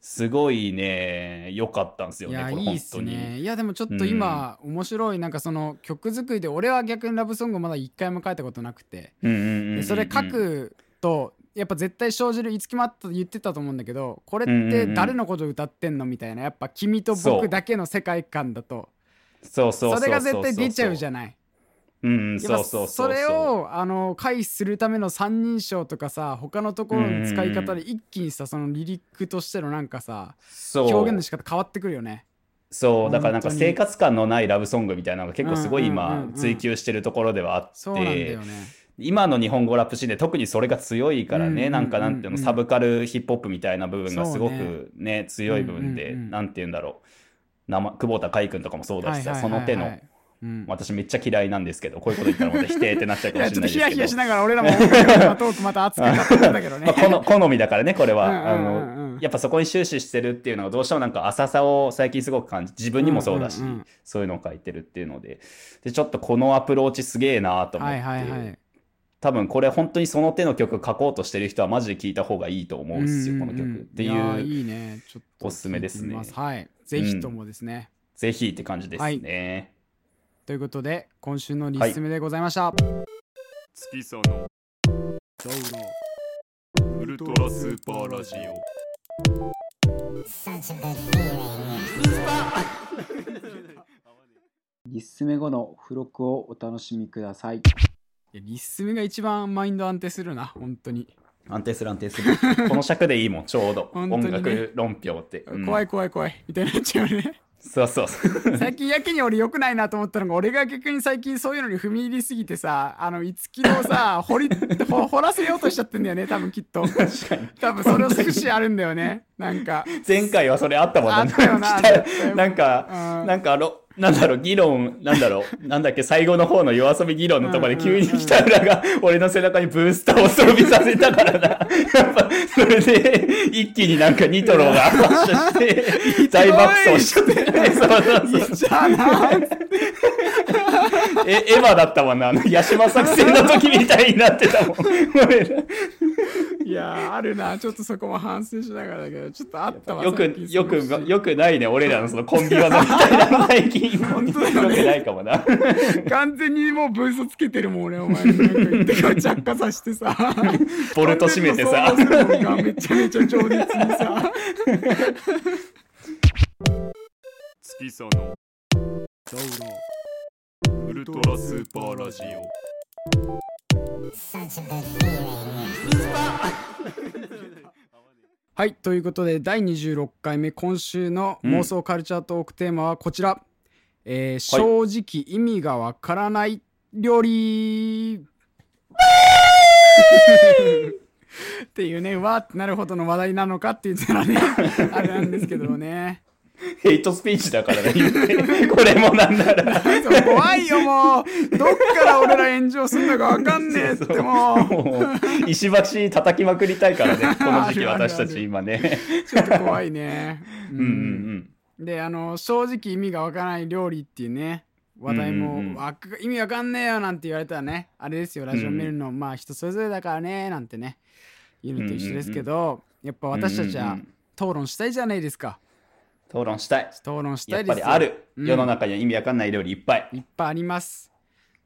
Speaker 1: すごいね良かったんですよ
Speaker 2: い
Speaker 1: ね
Speaker 2: や
Speaker 1: これ
Speaker 2: いい
Speaker 1: 本
Speaker 2: っす
Speaker 1: 当に。
Speaker 2: ねいやでもちょっと今、面白いなんかその曲作りで俺は逆にラブソングまだ一回も書いたことなくて、
Speaker 1: うんうんうんう
Speaker 2: で
Speaker 1: ん
Speaker 2: それ書くとやっぱ絶対生じるいつきもあったと言ってたと思うんだけどこれって誰のこと歌ってんのみたいなやっぱ君と
Speaker 1: そ
Speaker 2: 僕
Speaker 1: う
Speaker 2: だけの世界観だと
Speaker 1: そうそう
Speaker 2: そ
Speaker 1: そう
Speaker 2: れが絶対出ちゃうじゃ
Speaker 1: ん。
Speaker 2: ない
Speaker 1: うんうん、
Speaker 2: やっ
Speaker 1: そう
Speaker 2: ぱ
Speaker 1: そうそう
Speaker 2: それをあの回避するための三人称とかさ他のところの使い方で一気にさそのリリックとしてのなんかさ
Speaker 1: そう
Speaker 2: 表現の仕方変わってくるよね
Speaker 1: そうだからなんか
Speaker 2: 本当に
Speaker 1: 生活感のないラブソングみたいなのが結構すごい
Speaker 2: うんうんうん
Speaker 1: 今
Speaker 2: うん
Speaker 1: 追求してるところではあって、
Speaker 2: そうなんだよね
Speaker 1: 今の日本語ラップシーンで特にそれが強いからね、
Speaker 2: うん
Speaker 1: なんかなんていうの
Speaker 2: うんうん
Speaker 1: サブカルヒップホップみたいな部分がすご
Speaker 2: そうね
Speaker 1: くね強い部分で、
Speaker 2: うんうんうん
Speaker 1: なんていうんだろう生久保田海君とかもそうだしさ、
Speaker 2: はいはい
Speaker 1: その
Speaker 2: はいはい
Speaker 1: 手の
Speaker 2: うん
Speaker 1: 私めっちゃ嫌いなんですけどこういうこと言ったらまた否定ってなっちゃう
Speaker 2: い
Speaker 1: かも
Speaker 2: や
Speaker 1: し
Speaker 2: ちょ
Speaker 1: れない
Speaker 2: っとヒ
Speaker 1: です
Speaker 2: ヤ
Speaker 1: け
Speaker 2: ヒ
Speaker 1: ど
Speaker 2: ヤしながら俺らも音楽また熱く語ってたけどね
Speaker 1: まあ、 この好みだからねこれは、
Speaker 2: うんうん
Speaker 1: あ
Speaker 2: うんうん
Speaker 1: のやっぱそこに終始してるっていうのがどうしてもなんか浅さを最近すごく感じ自分にもそうだし、
Speaker 2: うんうんうん
Speaker 1: そういうのを書いてるっていうのででちょっとこのアプローチすげえなと思っ
Speaker 2: は
Speaker 1: て、
Speaker 2: いはいはい
Speaker 1: 多分これ本当にその手の曲書こうとしてる人はマジで聴いた方がいいと思うんですよ、
Speaker 2: んん
Speaker 1: この曲って
Speaker 2: やー
Speaker 1: いう
Speaker 2: いいねちょっと
Speaker 1: おすすめですね
Speaker 2: 聞いてみまはいぜひともですね、
Speaker 1: ぜひって感じですね、
Speaker 2: ということで今週のリスメでございました、
Speaker 3: 月そのウルトラスーパーラジオ
Speaker 4: リスメ後の付録をお楽しみください。
Speaker 2: いやリスメが一番マインド安定するな本当に、
Speaker 1: 安定する安定するこの尺でいいもんちょうど、
Speaker 2: 本当に
Speaker 1: 音
Speaker 2: ね
Speaker 1: 楽論評って、うん
Speaker 2: 怖い怖い怖いみたいになっちゃうよ ね
Speaker 1: そうそうそう
Speaker 2: 最近やけに俺良くないなと思ったのが俺が逆に最近そういうのに踏み入りすぎてさあのいつきの さ掘り掘掘らせようとしちゃってんだよね多分きっと
Speaker 1: 確かに
Speaker 2: 多分それを少しあるんだよねなんか
Speaker 1: 前回はそれあったもん
Speaker 2: あったよな
Speaker 1: 来た
Speaker 2: あったよ
Speaker 1: なんか、
Speaker 2: うん
Speaker 1: なんかあの、なんだろう、議論、なんだろう、なんだっけ、最後の方の夜遊び議論のとこで急に北浦が俺の背中にブースターを装備させたからな。やっぱ、それで、一気になんかニトロが発射 して、大爆走しちゃって、そうそうそう。
Speaker 2: じゃあな
Speaker 1: え、エヴァだったもんな、あの、ヤシマ作戦の時みたいになってたも ん。俺ら
Speaker 2: いやーあるなちょっとそこも反省しながらだけどちょっとあったわ
Speaker 1: よ
Speaker 2: 最近
Speaker 1: く、よ
Speaker 2: 少
Speaker 1: く、
Speaker 2: し
Speaker 1: よくないね、俺らのそのコンビ技みたいなの最近。
Speaker 2: 本
Speaker 1: よ
Speaker 2: 当
Speaker 1: く
Speaker 2: だよね
Speaker 1: ないかもな。
Speaker 2: 完全にもうブースつけてるもん俺お前になんか言ってから着火さしてさ
Speaker 1: ボルト締めてさ
Speaker 2: 完。全に想像するのがめちゃめちゃ上熱にさ
Speaker 3: 月そのウルトラスーパーラジオ
Speaker 2: はいということで第26回目今週の妄想カルチャートークテーマはこちら、えー正直意味がわからない料理 っていうねわーってなるほどの話題なのかって言ったらねあれなんですけどね
Speaker 1: ヘイトスピーチだからね、 言ってこれもなんなら。
Speaker 2: そう怖いよもうどっから俺ら炎上するのかわかんね えってもう
Speaker 1: もう、石橋叩きまくりたいからね、この時期
Speaker 2: あるあるある
Speaker 1: 私たち今ね。
Speaker 2: ちょっと怖いね、う
Speaker 1: うんうん
Speaker 2: であの正直意味がわからない料理っていうね話題も、
Speaker 1: うんうんうん
Speaker 2: わか意味わかんねえよなんて言われたらねあれですよラジオ見るの、まあ人それぞれだからねなんてね言うのと一緒ですけど、やっぱ私たち
Speaker 1: うん
Speaker 2: は
Speaker 1: うんうん
Speaker 2: 討論したいじゃないですか
Speaker 1: うん。討論したい。
Speaker 2: 討論した
Speaker 1: や
Speaker 2: い
Speaker 1: っ
Speaker 2: で
Speaker 1: ぱ
Speaker 2: す
Speaker 1: り
Speaker 2: よ
Speaker 1: ある。
Speaker 2: うん
Speaker 1: 世の中には意味わかんない料理いっぱい。
Speaker 2: いっぱいあります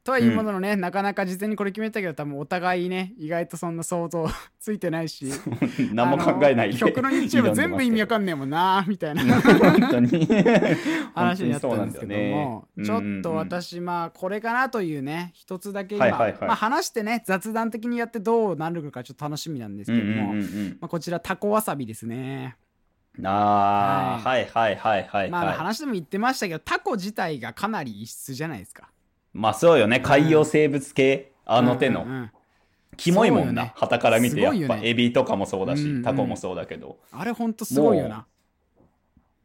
Speaker 2: とはいうもののね、なかなか事前にこれ決めたけど多分お互いね意外とそんな想像 ついてないし
Speaker 1: 何も考えない
Speaker 2: あ
Speaker 1: で。
Speaker 2: の曲の YouTube 全部意味わかんねえもんな みたいな
Speaker 1: 本当に。
Speaker 2: 話になったんですけども、
Speaker 1: 本当に
Speaker 2: ち
Speaker 1: そうな
Speaker 2: ょ
Speaker 1: んだよね
Speaker 2: っと、私まあこれかなというね一つだけ今、
Speaker 1: はいはいはい
Speaker 2: まあ、話してね雑談的にやってどうなるかちょっと楽しみなんです
Speaker 1: う
Speaker 2: け
Speaker 1: ん
Speaker 2: ども、
Speaker 1: うんうん
Speaker 2: まあ、こちらタコわさびですね、
Speaker 1: うん。ああ、はいはいはいはい。
Speaker 2: まあ
Speaker 1: はい
Speaker 2: 話でも言ってましたけどタコ自体がかなり異質じゃないですか
Speaker 1: まあそうよね、海洋生物系、あの手
Speaker 2: うんうん
Speaker 1: の
Speaker 2: うん
Speaker 1: キモいもん
Speaker 2: そうよ
Speaker 1: な
Speaker 2: ね
Speaker 1: 旗から見て
Speaker 2: す
Speaker 1: や
Speaker 2: ご
Speaker 1: っ
Speaker 2: いよね
Speaker 1: ぱエビとかもそうだ
Speaker 2: うんう
Speaker 1: し
Speaker 2: ん
Speaker 1: タコもそうだけど
Speaker 2: あれほんとすごいよな。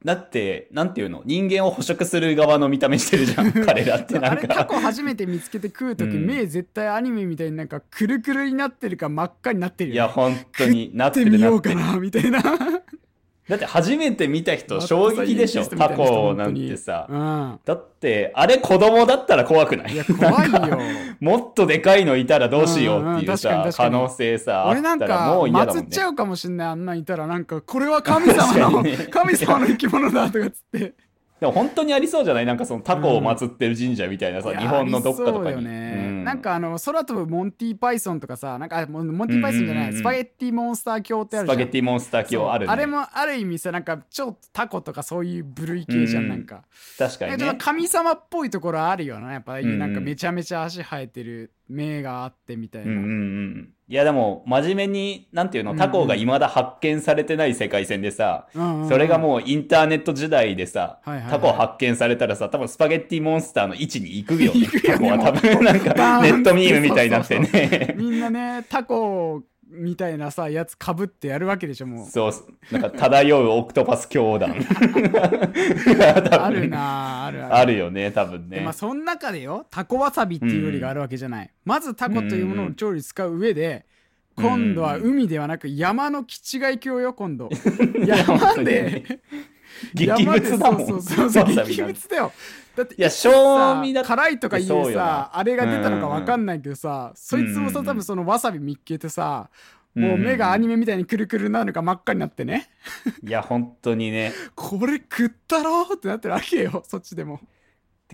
Speaker 1: だってなんていうの人間を捕食する側の見た目してる じゃん彼らってな
Speaker 2: あ
Speaker 1: ん
Speaker 2: れタ
Speaker 1: か
Speaker 2: コ初めて見つけて食う時、
Speaker 1: うん
Speaker 2: 目絶対アニメみたいになんかくるくるになってるか真っ赤になってる
Speaker 1: い
Speaker 2: よ、
Speaker 1: や
Speaker 2: ね。
Speaker 1: 本当にな
Speaker 2: や
Speaker 1: って
Speaker 2: って
Speaker 1: る
Speaker 2: みよ
Speaker 1: なっ
Speaker 2: う
Speaker 1: て
Speaker 2: か
Speaker 1: る
Speaker 2: なみた いな。
Speaker 1: だって初めて見た人衝撃でしょタコなんてさ
Speaker 2: うん。
Speaker 1: だってあれ子供だったら怖くない
Speaker 2: いや怖い
Speaker 1: なんか
Speaker 2: よ。
Speaker 1: もっとでかいのいたらどうしようっていう
Speaker 2: うんうん
Speaker 1: さ
Speaker 2: うん確かに確か
Speaker 1: 可
Speaker 2: に
Speaker 1: 能性 さあ
Speaker 2: 俺
Speaker 1: っ
Speaker 2: なん
Speaker 1: たらも
Speaker 2: か
Speaker 1: う嫌だも
Speaker 2: 祀
Speaker 1: ん
Speaker 2: っ
Speaker 1: ね
Speaker 2: ちゃうかもしんないあんなんいたらなんかこれは神様
Speaker 1: 確か
Speaker 2: の、
Speaker 1: にね
Speaker 2: 神様の生き物だとかっつって
Speaker 1: でも本当にありそうじゃないなんかそのタコを祀ってる神社みたいなさ、
Speaker 2: いや
Speaker 1: 日本のどっかと
Speaker 2: あり
Speaker 1: か
Speaker 2: そうよ
Speaker 1: に。
Speaker 2: ね
Speaker 1: う
Speaker 2: なんかあの空飛ぶモンティ・パイソンとかさなんかあモンモンティ・パイソンじゃない、
Speaker 1: うんうんうん
Speaker 2: スパゲッティ・モンスター教ってあ
Speaker 1: ス
Speaker 2: るじ
Speaker 1: パ
Speaker 2: ゃん
Speaker 1: ゲッティモンスター
Speaker 2: そう
Speaker 1: 教あるね。
Speaker 2: あれもある意味さなんかちょっとタコとかそういう部類系じゃん、
Speaker 1: うん
Speaker 2: なんか
Speaker 1: 確かに
Speaker 2: なんかちょっ
Speaker 1: ね
Speaker 2: と。神様っぽいところあるよなやっぱ、
Speaker 1: んうん
Speaker 2: なんかめちゃめちゃ足生えてる目があってみたい
Speaker 1: うん
Speaker 2: な、
Speaker 1: うんうん。いやでも真面目に、なんていう
Speaker 2: う
Speaker 1: の、
Speaker 2: ん
Speaker 1: タコが未だ発見されてない世界線でさ、
Speaker 2: うんうん
Speaker 1: それがもうインターネット時代でさ、
Speaker 2: はいはいはい
Speaker 1: タコ発見されたらさ、多分スパゲッティモンスターの位置に行くよ、ね。
Speaker 2: 行く
Speaker 1: タ
Speaker 2: よ
Speaker 1: コ
Speaker 2: ね
Speaker 1: は多分なんか
Speaker 2: バーン
Speaker 1: ネットミームみたいになってね。
Speaker 2: みんなねタコみたいなさやつかぶってやるわけでしょもう
Speaker 1: そう、なんか漂うオクトパス教団。多分
Speaker 2: あるなあるあ る
Speaker 1: あるよね、多分
Speaker 2: で
Speaker 1: ね。
Speaker 2: まあその中でよタコわさびっていう料理があるわけじゃない、まずタコというものを調理使う上で、
Speaker 1: うんうん
Speaker 2: 今度は海ではなく山の基地外境よ今度
Speaker 1: 本当
Speaker 2: 山
Speaker 1: に
Speaker 2: で
Speaker 1: 激物だもん。
Speaker 2: 山でそうそうそ
Speaker 1: わさ
Speaker 2: う
Speaker 1: びなんて
Speaker 2: 激物だよだって
Speaker 1: いや、賞味だ
Speaker 2: さ辛いとかい
Speaker 1: そう
Speaker 2: う
Speaker 1: よな
Speaker 2: さあれが出たのか分かんないけどさ、そいつ
Speaker 1: う
Speaker 2: も
Speaker 1: んうんう
Speaker 2: さ
Speaker 1: ん
Speaker 2: 多分そのわさび見っけてさ、
Speaker 1: うんう
Speaker 2: もうん目がアニメみたいにくるくるなるか真っ赤になってね
Speaker 1: いや、本当にね。
Speaker 2: これ食ったろうってなってるわけよ そっちでも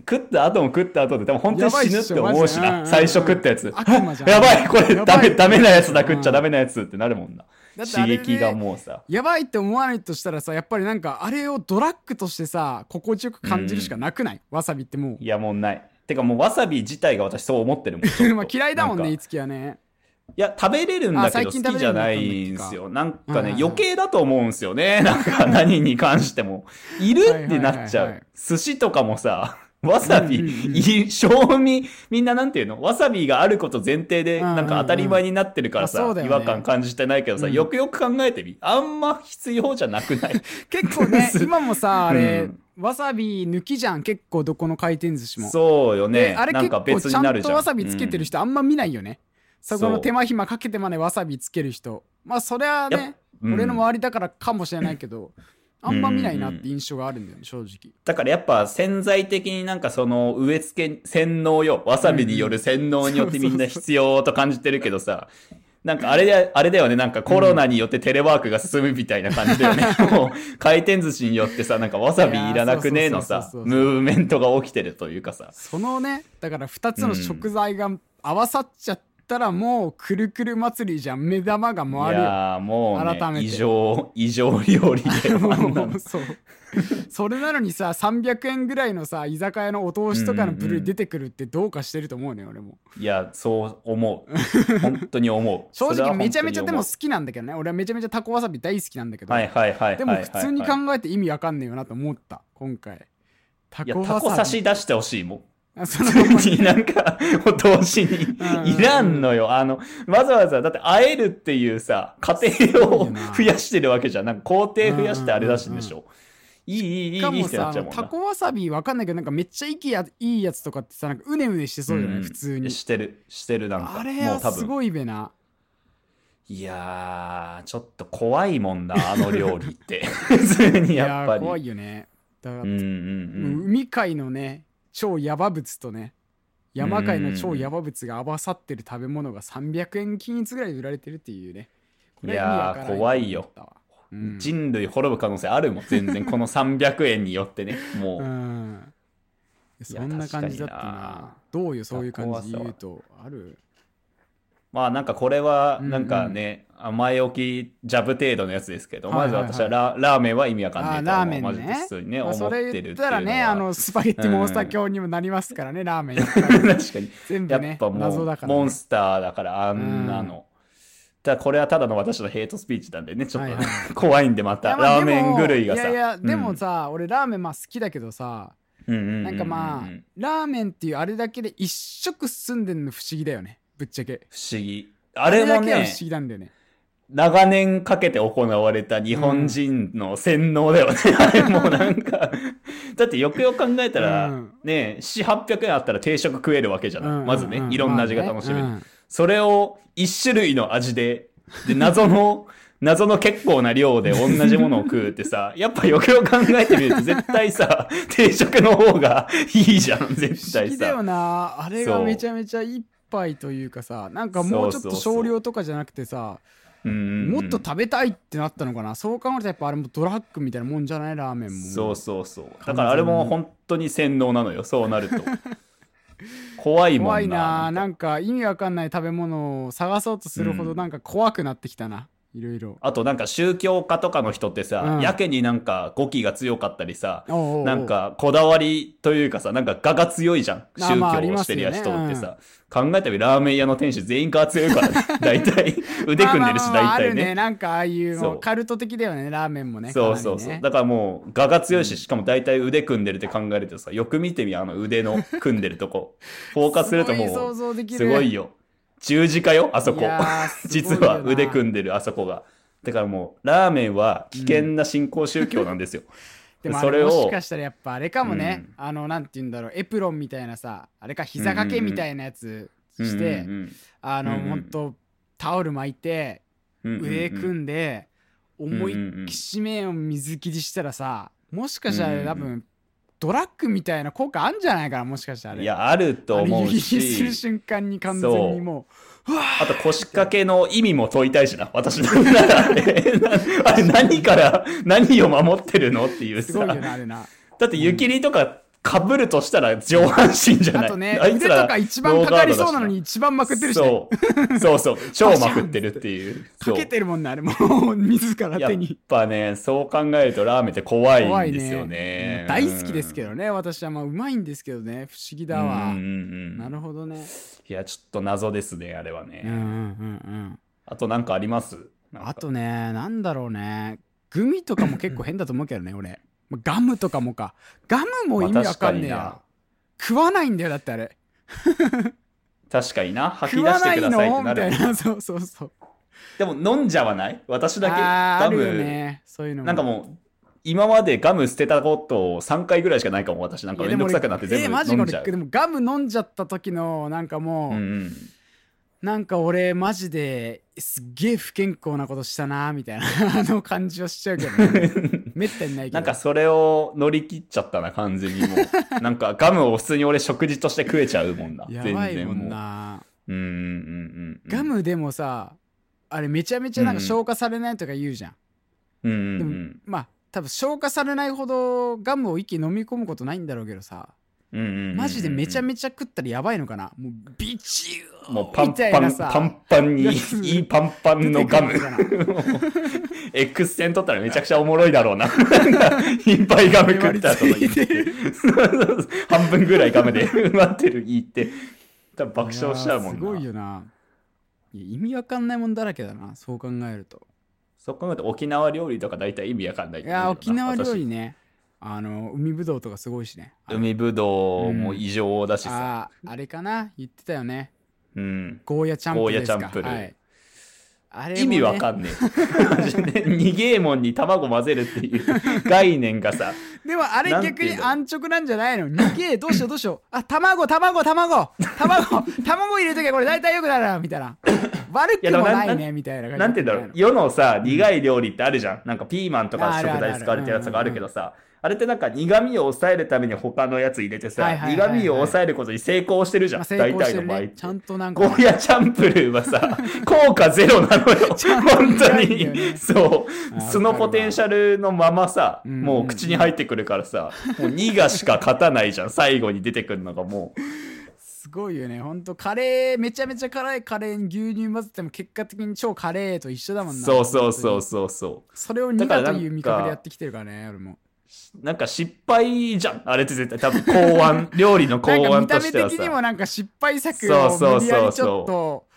Speaker 1: 食った後も食った後で、多分本当に死ぬって思うし
Speaker 2: やばい
Speaker 1: な。
Speaker 2: っしょマジで
Speaker 1: 最初食ったやつ。
Speaker 2: 悪魔じゃん
Speaker 1: やばい、これ
Speaker 2: や
Speaker 1: ダ
Speaker 2: ばい
Speaker 1: メ、ダメなやつだ、
Speaker 2: うん
Speaker 1: 食っちゃダメなやつってなるもんな。
Speaker 2: だってあ
Speaker 1: 刺
Speaker 2: れね
Speaker 1: 激がもうさ。
Speaker 2: やばいって思わないとしたらさやっぱりなんかあれをドラッグとしてさ心地よく感じるしかなくない、わさびっても
Speaker 1: いや、もうない。てかもうわさび自体が私そう思ってる もんちょっ
Speaker 2: う
Speaker 1: と。
Speaker 2: まあ嫌いだもん
Speaker 1: な
Speaker 2: ね
Speaker 1: か
Speaker 2: いつきはね
Speaker 1: いや、食べれるんだ
Speaker 2: あ
Speaker 1: け
Speaker 2: 最
Speaker 1: ど好
Speaker 2: 近食
Speaker 1: き
Speaker 2: べ
Speaker 1: じ
Speaker 2: れ
Speaker 1: ゃ
Speaker 2: るように
Speaker 1: な
Speaker 2: なったんだ
Speaker 1: いんすよ。なん
Speaker 2: うん
Speaker 1: か
Speaker 2: うん
Speaker 1: ね
Speaker 2: う、ん
Speaker 1: 余計だと思うんすよね。 なんか何に関しても。いるってなっちゃ。
Speaker 2: はいはいはいう
Speaker 1: 寿司とかもさ、わさび、
Speaker 2: うんうんうん
Speaker 1: い賞味、みんななんていうのわさびがあること前提で、
Speaker 2: うんうんうん
Speaker 1: なんか当たり前になってるから
Speaker 2: あ
Speaker 1: さ
Speaker 2: そう、だよ
Speaker 1: 違
Speaker 2: ね
Speaker 1: 和感感じてないけどさ、
Speaker 2: うん
Speaker 1: よくよく考えてみ。あんま必要じゃなくない
Speaker 2: 結構 ね
Speaker 1: うん
Speaker 2: 今もさあ
Speaker 1: う
Speaker 2: れ、
Speaker 1: ん
Speaker 2: わさび抜きじゃん結構どこの回転寿 司も
Speaker 1: そうよね。
Speaker 2: であれ
Speaker 1: なん
Speaker 2: 結
Speaker 1: か
Speaker 2: 構
Speaker 1: 別
Speaker 2: ち
Speaker 1: に
Speaker 2: ゃ
Speaker 1: なんるじゃ
Speaker 2: と
Speaker 1: ん。
Speaker 2: わさびつけてる人あんま見ないよね、
Speaker 1: そう
Speaker 2: そこの手間暇かけてまでわさびつける人まあそれは
Speaker 1: やっ
Speaker 2: ね、
Speaker 1: うん
Speaker 2: 俺の周りだからかもしれないけどあんま見ないなって印象があるんだよね正直
Speaker 1: だからやっぱ潜在的になんかその植え付け、洗脳よ。わさびによる洗脳によってみんな必要と感じてるけどさ。なんかあれだ、あれだよね。なんかコロナによってテレワークが進むみたいな感じだよね。もう回転寿司によってさ、なんかわさびいらなくねえのさ、
Speaker 2: いやーそうそうそうそう
Speaker 1: ムーブメントが起きてるというかさ。
Speaker 2: そのねだから2つの食材が合わさっちゃったらもうくるくる祭りじゃん目玉が
Speaker 1: い
Speaker 2: 回るよ
Speaker 1: やーもう、
Speaker 2: 改
Speaker 1: ね、
Speaker 2: めて
Speaker 1: 異常、異常料理 で。あんな
Speaker 2: も
Speaker 1: の
Speaker 2: うそうそれなのにさ300円ぐらいのさ居酒屋のお通しとかの部
Speaker 1: うんう
Speaker 2: 類
Speaker 1: ん
Speaker 2: 出てくるってどうかしてると思うね俺も
Speaker 1: いや、そう思う。本当に思う。
Speaker 2: 正
Speaker 1: それは本当
Speaker 2: 直
Speaker 1: に思う
Speaker 2: めちゃめちゃでも好きなんだけどね俺はめちゃめちゃタコわさび大好きなんだけど、
Speaker 1: はいはいはいはいはいはい。
Speaker 2: でも普通に考えて意味わかんねえよなと思った今回タ
Speaker 1: いや、
Speaker 2: コ
Speaker 1: タ
Speaker 2: わ
Speaker 1: コ差
Speaker 2: さび
Speaker 1: し出してほしいもん。
Speaker 2: あ その
Speaker 1: 普通になんか、お通しに
Speaker 2: うん
Speaker 1: いらんのよ。あの、わざわざ、だって会えるっていうさ、過程
Speaker 2: ごい
Speaker 1: を
Speaker 2: よな
Speaker 1: 増やしてるわけじゃん。なんか工程増やしてあれ出してんでしょ。いい、いい、いい、い
Speaker 2: しか
Speaker 1: い
Speaker 2: も
Speaker 1: ってな
Speaker 2: さ
Speaker 1: っちゃうもん
Speaker 2: タ
Speaker 1: な。
Speaker 2: コわさびわかんないけどなんかめっちゃ息やいいやつとかってさなんかうねうねしてそうじゃない、
Speaker 1: ん
Speaker 2: 普通に
Speaker 1: してる、してるなんか。
Speaker 2: あれ
Speaker 1: も
Speaker 2: はす
Speaker 1: う多分。
Speaker 2: ごいべな。
Speaker 1: いやー、ちょっと怖いもんな、あの料理 って。普通に
Speaker 2: い
Speaker 1: や
Speaker 2: や
Speaker 1: っぱ
Speaker 2: ー
Speaker 1: り。
Speaker 2: 怖いよね。だから、
Speaker 1: うんうんうん。
Speaker 2: 海海のね、超ヤバ物とね、山海の超ヤバ物が合わさってる食べ物が300円均一ぐらいで売られてるっていうね。これは意味わからん
Speaker 1: いやー怖いよ
Speaker 2: と思ったわ。うん
Speaker 1: 人類滅ぶ可能性あるもん、全然。この300円によってね。もう
Speaker 2: う。ん。
Speaker 1: いや
Speaker 2: そんな感じだったな。
Speaker 1: 確か
Speaker 2: どうよ、そういう感
Speaker 1: タコ
Speaker 2: じ
Speaker 1: はさ
Speaker 2: 言うと。ある
Speaker 1: まあなんかこれは
Speaker 2: うんうん
Speaker 1: なんかね、前置きジャブ程度のやつですけど、
Speaker 2: はいはいはい
Speaker 1: まず私はララーメンは意味わかんないと思う。
Speaker 2: あーラーメンね
Speaker 1: マジで普通にね、
Speaker 2: まあ、
Speaker 1: 思
Speaker 2: そ
Speaker 1: ってるっ
Speaker 2: れ
Speaker 1: てい
Speaker 2: 言
Speaker 1: う
Speaker 2: っ
Speaker 1: のは
Speaker 2: た らね、あの、スパゲッティモンスター教にもなりますからね、ラーメンやっぱり。
Speaker 1: 確かに。
Speaker 2: 全
Speaker 1: や
Speaker 2: 部
Speaker 1: っ
Speaker 2: ね、
Speaker 1: ぱも
Speaker 2: 謎
Speaker 1: う、
Speaker 2: だからね、
Speaker 1: モンスターだからあんなの。ただこれはただの私のヘイトスピーチなんでね、ちょっとね、
Speaker 2: はいは
Speaker 1: 怖いんでま
Speaker 2: い
Speaker 1: た、
Speaker 2: やまあ
Speaker 1: ラーメン狂いがさ。
Speaker 2: でもいやいやで
Speaker 1: う
Speaker 2: も
Speaker 1: ん
Speaker 2: さ、俺ラーメンまあ好きだけどさ
Speaker 1: うんうんうんうん
Speaker 2: なんかまあ、ラーメンっていうあれだけで一食済んでんの不思議だよねぶっちゃけ
Speaker 1: 不思議。あれも
Speaker 2: だけは不
Speaker 1: ね
Speaker 2: 思、議なんだよね。
Speaker 1: 長年かけて行われた日本人の洗脳だよね。あれもうなんか、だってよくよく考えたら、
Speaker 2: うん
Speaker 1: ね、7、800円あったら定食食えるわけじゃない。
Speaker 2: うん
Speaker 1: まずね
Speaker 2: う、う
Speaker 1: いろんな味が楽しめる。
Speaker 2: まあね
Speaker 1: それを一種類の味で、で、謎の、謎の結構な量で同じものを食うって さ、やっぱよくよく考えてみると絶対さ、定食の方がいいじゃん、絶
Speaker 2: 不思
Speaker 1: 対
Speaker 2: 議だよ
Speaker 1: さ。
Speaker 2: なあれが
Speaker 1: そう
Speaker 2: めちゃめちゃ一杯というかさなんかもうちょっ
Speaker 1: そう
Speaker 2: と
Speaker 1: そうそう
Speaker 2: 少量とかじゃなくてさ
Speaker 1: も
Speaker 2: もっと食べたいってなったのかなそう考えるとやっぱあれもドラッグみたいなもんじゃないラーメンも
Speaker 1: そうそうそう。だからあれも本当に洗脳なのよ、そうなると。 怖いもんな。
Speaker 2: 怖いなあなん
Speaker 1: か。
Speaker 2: か意味わかんない食べ物を探そうとするほ
Speaker 1: う
Speaker 2: ど
Speaker 1: ん
Speaker 2: なんか怖くなってきたないろいろ
Speaker 1: あとなんか宗教家とかの人ってさ、
Speaker 2: うん
Speaker 1: やけになんか語気が強かったりさ、
Speaker 2: おうおうおう
Speaker 1: なんかこだわりというかさ、なんか我が強いじゃん。
Speaker 2: あ
Speaker 1: 宗
Speaker 2: まああり
Speaker 1: 教を
Speaker 2: ま
Speaker 1: し
Speaker 2: す
Speaker 1: て
Speaker 2: よ
Speaker 1: る
Speaker 2: ね
Speaker 1: や人ってさ、考えたらラーメン屋の店主全員が強いから ね。大体、腕組んでるし、
Speaker 2: まあまあまあ
Speaker 1: 大
Speaker 2: ある
Speaker 1: 体
Speaker 2: ね
Speaker 1: ね。
Speaker 2: なんかああいう
Speaker 1: そう
Speaker 2: カルト的だよねラーメンもね
Speaker 1: そうそうそう。
Speaker 2: かなりね
Speaker 1: だからもう、我が強いし、しかも大体腕組んでるって考えるとさ、よく見てみ、あの腕の組んでると こ。フォーカスするともう、
Speaker 2: すごい想像できる
Speaker 1: すごいよ。十字架よ、あそこ
Speaker 2: いや。ー
Speaker 1: 実は腕組
Speaker 2: ん
Speaker 1: んでるあそこが。だからもう、ラーメンは危険な信仰宗教なんですよ。
Speaker 2: でもあ
Speaker 1: それ
Speaker 2: れ
Speaker 1: を
Speaker 2: もしかしたらやっぱあれかもね、
Speaker 1: うん
Speaker 2: あのなんて言うんだろうエプロンみたいなさあれか膝掛けみたいなやつして、
Speaker 1: うんうん
Speaker 2: あ
Speaker 1: うんう
Speaker 2: の
Speaker 1: ん
Speaker 2: ほんとタオル巻いて
Speaker 1: うん、うんうんうん
Speaker 2: 腕組んで思
Speaker 1: うんうんう
Speaker 2: い
Speaker 1: ん
Speaker 2: っきり面を水切りしたらさもしかした
Speaker 1: うんうんう
Speaker 2: ら
Speaker 1: ん
Speaker 2: 多分ドラッグみたいな効果あんじゃないかなもしかしたらあれ
Speaker 1: いや、あると
Speaker 2: あの
Speaker 1: 思う
Speaker 2: 湯切りする
Speaker 1: し、
Speaker 2: 瞬間に完全にも
Speaker 1: あと腰掛けの意味も問いたいしな、私なんならあれ、 あれ何から、何を守ってるのっていう
Speaker 2: うすごいよ
Speaker 1: さ、
Speaker 2: なあ れな
Speaker 1: だって湯切りとかかぶるとしたら上半身じゃな
Speaker 2: あ
Speaker 1: い。
Speaker 2: とね
Speaker 1: あい
Speaker 2: 腕
Speaker 1: つ
Speaker 2: と
Speaker 1: ら
Speaker 2: か一番かかりそうなのに一番まくってるしね、
Speaker 1: そうそう そう、超まくってるっていう。
Speaker 2: か
Speaker 1: そう
Speaker 2: けてるもんねあれもう自ら
Speaker 1: やっ
Speaker 2: 手に
Speaker 1: ぱね、そう考えるとラーメンって怖
Speaker 2: 怖
Speaker 1: い
Speaker 2: い
Speaker 1: ん
Speaker 2: ね
Speaker 1: ですよね。
Speaker 2: うん大好きですけ
Speaker 1: ど。
Speaker 2: どね、私はまあうまいんですけどね不思議
Speaker 1: うん
Speaker 2: だわ、
Speaker 1: うんうんう
Speaker 2: なんるほどね
Speaker 1: いや、ちょっと謎ですね、あれは
Speaker 2: うんうん
Speaker 1: ね。
Speaker 2: うんうん
Speaker 1: あとなんかありますなんか
Speaker 2: あとねなんだろうねグミとかも結構変だと思うけどね俺まあガムとかもかガムも意味わかんねえや、
Speaker 1: まあ
Speaker 2: 食わないんだよだってあれ
Speaker 1: 確かにな、吐き
Speaker 2: 食
Speaker 1: 出
Speaker 2: わ
Speaker 1: し
Speaker 2: な
Speaker 1: て
Speaker 2: い
Speaker 1: くださいっ
Speaker 2: の
Speaker 1: てな
Speaker 2: みたい
Speaker 1: る。
Speaker 2: な そうそうそう
Speaker 1: でも飲んじゃわない私だけ
Speaker 2: あーあ
Speaker 1: ガ
Speaker 2: る
Speaker 1: ム、
Speaker 2: よねそういうのも
Speaker 1: なんかもう、今までガム捨てたこと3回ぐらいしかないかも、私。なんか
Speaker 2: い
Speaker 1: め
Speaker 2: やで
Speaker 1: んど
Speaker 2: も
Speaker 1: くさくなって
Speaker 2: 俺え
Speaker 1: 全
Speaker 2: マ
Speaker 1: 部
Speaker 2: ジ
Speaker 1: 飲
Speaker 2: で
Speaker 1: んじゃう
Speaker 2: 俺。でもガム飲んじゃった時のなんかもう、
Speaker 1: うんうん
Speaker 2: なんか俺マジですっげえ不健康なことしたなみたいなあの感じはしちゃうけど、 ね、めったにないけど
Speaker 1: なんかそれを乗り切っちゃったな、完全にも う。なんかガムを普通に俺食事として食えちゃうもんな。
Speaker 2: や
Speaker 1: 全
Speaker 2: ばい
Speaker 1: 然
Speaker 2: もん
Speaker 1: う。
Speaker 2: な
Speaker 1: うんうんうんうん。
Speaker 2: ガムでもさあれめちゃめちゃなんか
Speaker 1: うん
Speaker 2: 消化されないとか言うじゃん、
Speaker 1: うんうんう
Speaker 2: でも
Speaker 1: ん。
Speaker 2: まあ多分消化されないほどガムを一気に飲み込むことないんだろうけどさ
Speaker 1: うんうんうんうん
Speaker 2: マジでめちゃめちゃ食ったらやばいのかなもうビチュー
Speaker 1: もうパン
Speaker 2: みたい
Speaker 1: パ
Speaker 2: な
Speaker 1: ン、
Speaker 2: さ
Speaker 1: パンパ ンに、
Speaker 2: やつ
Speaker 1: いいパンパンのガム
Speaker 2: 出。てくるのかな
Speaker 1: X 線取ったらめちゃくちゃおもろいだろう な。なんかいっぱいガム食ったとか言って。半分ぐらいガムで 埋まってるいいって。多分爆笑しちゃうもん
Speaker 2: いやーすごい
Speaker 1: な。
Speaker 2: よないや意味わかんないもんだらけだなそう考えると
Speaker 1: そこまで沖縄料理とか大体意味わかんない
Speaker 2: い
Speaker 1: と思うよ
Speaker 2: や
Speaker 1: な
Speaker 2: ー沖縄料理
Speaker 1: 私
Speaker 2: ねあの海ぶどうとかすごいしねあ
Speaker 1: 海ぶどうも異常だしさ。
Speaker 2: あーあれかな言ってたよね
Speaker 1: うん。
Speaker 2: ゴーヤチャンプルですか
Speaker 1: ゴーヤチャンプル
Speaker 2: はい、あれもね
Speaker 1: 意味わかんね え。マジで二ゲーモンに卵混ぜるっていう概念がさ。
Speaker 2: でもあれ
Speaker 1: なんて
Speaker 2: 逆
Speaker 1: 言う
Speaker 2: に
Speaker 1: んだろう
Speaker 2: 安直なんじゃないの肉系どうしようどうしようあ卵卵卵卵 卵入れときゃこれ大体よくなるなみた いな悪く
Speaker 1: いやで
Speaker 2: も
Speaker 1: もなん
Speaker 2: ないね
Speaker 1: な
Speaker 2: みたいな感じ
Speaker 1: なんて言うんだろう、世のさ、苦い料理ってあるじゃん。なんかピーマンとか
Speaker 2: あるあ
Speaker 1: 食
Speaker 2: るある
Speaker 1: 材使われてるやつがあるけどさ、あれってなんか苦味を抑えるために他のやつ入れて
Speaker 2: は
Speaker 1: さ
Speaker 2: い、はいはい
Speaker 1: 苦
Speaker 2: はい
Speaker 1: 味を抑えることに成功してるじゃ
Speaker 2: ま
Speaker 1: ん
Speaker 2: あ、。成
Speaker 1: 大
Speaker 2: 功し
Speaker 1: 体
Speaker 2: て
Speaker 1: の
Speaker 2: る
Speaker 1: 場合っ
Speaker 2: ね
Speaker 1: て
Speaker 2: ち。ゃんとなん
Speaker 1: ゴ
Speaker 2: か
Speaker 1: ーヤチャンプルーは さ、効果ゼロなのよ。本当
Speaker 2: いいよ
Speaker 1: に。
Speaker 2: ね
Speaker 1: そう。
Speaker 2: あ
Speaker 1: その
Speaker 2: わかる
Speaker 1: ポ
Speaker 2: わ
Speaker 1: テンシャルのままさ、
Speaker 2: うんうん
Speaker 1: もう口に入ってくるからさ、もう苦しか勝たないじゃん。最後に出てくるのがもう。
Speaker 2: すごいよねほんとカレーめちゃめちゃ辛いカレーに牛乳混ぜても結果的に超カレーと一緒だもんな
Speaker 1: そうそうそう
Speaker 2: 本当に
Speaker 1: そうそう。
Speaker 2: それ
Speaker 1: だ
Speaker 2: を苦
Speaker 1: からな
Speaker 2: と
Speaker 1: んか
Speaker 2: いう味覚でやってきてるからね俺も
Speaker 1: なんか失敗じゃん。あれって絶対多分考 案、料理の考
Speaker 2: なんか
Speaker 1: 案
Speaker 2: 見た
Speaker 1: と
Speaker 2: 目
Speaker 1: しては
Speaker 2: 的に
Speaker 1: さ。
Speaker 2: もなんか失敗作
Speaker 1: そうそ
Speaker 2: を
Speaker 1: うそうそう
Speaker 2: 無理やりちょっと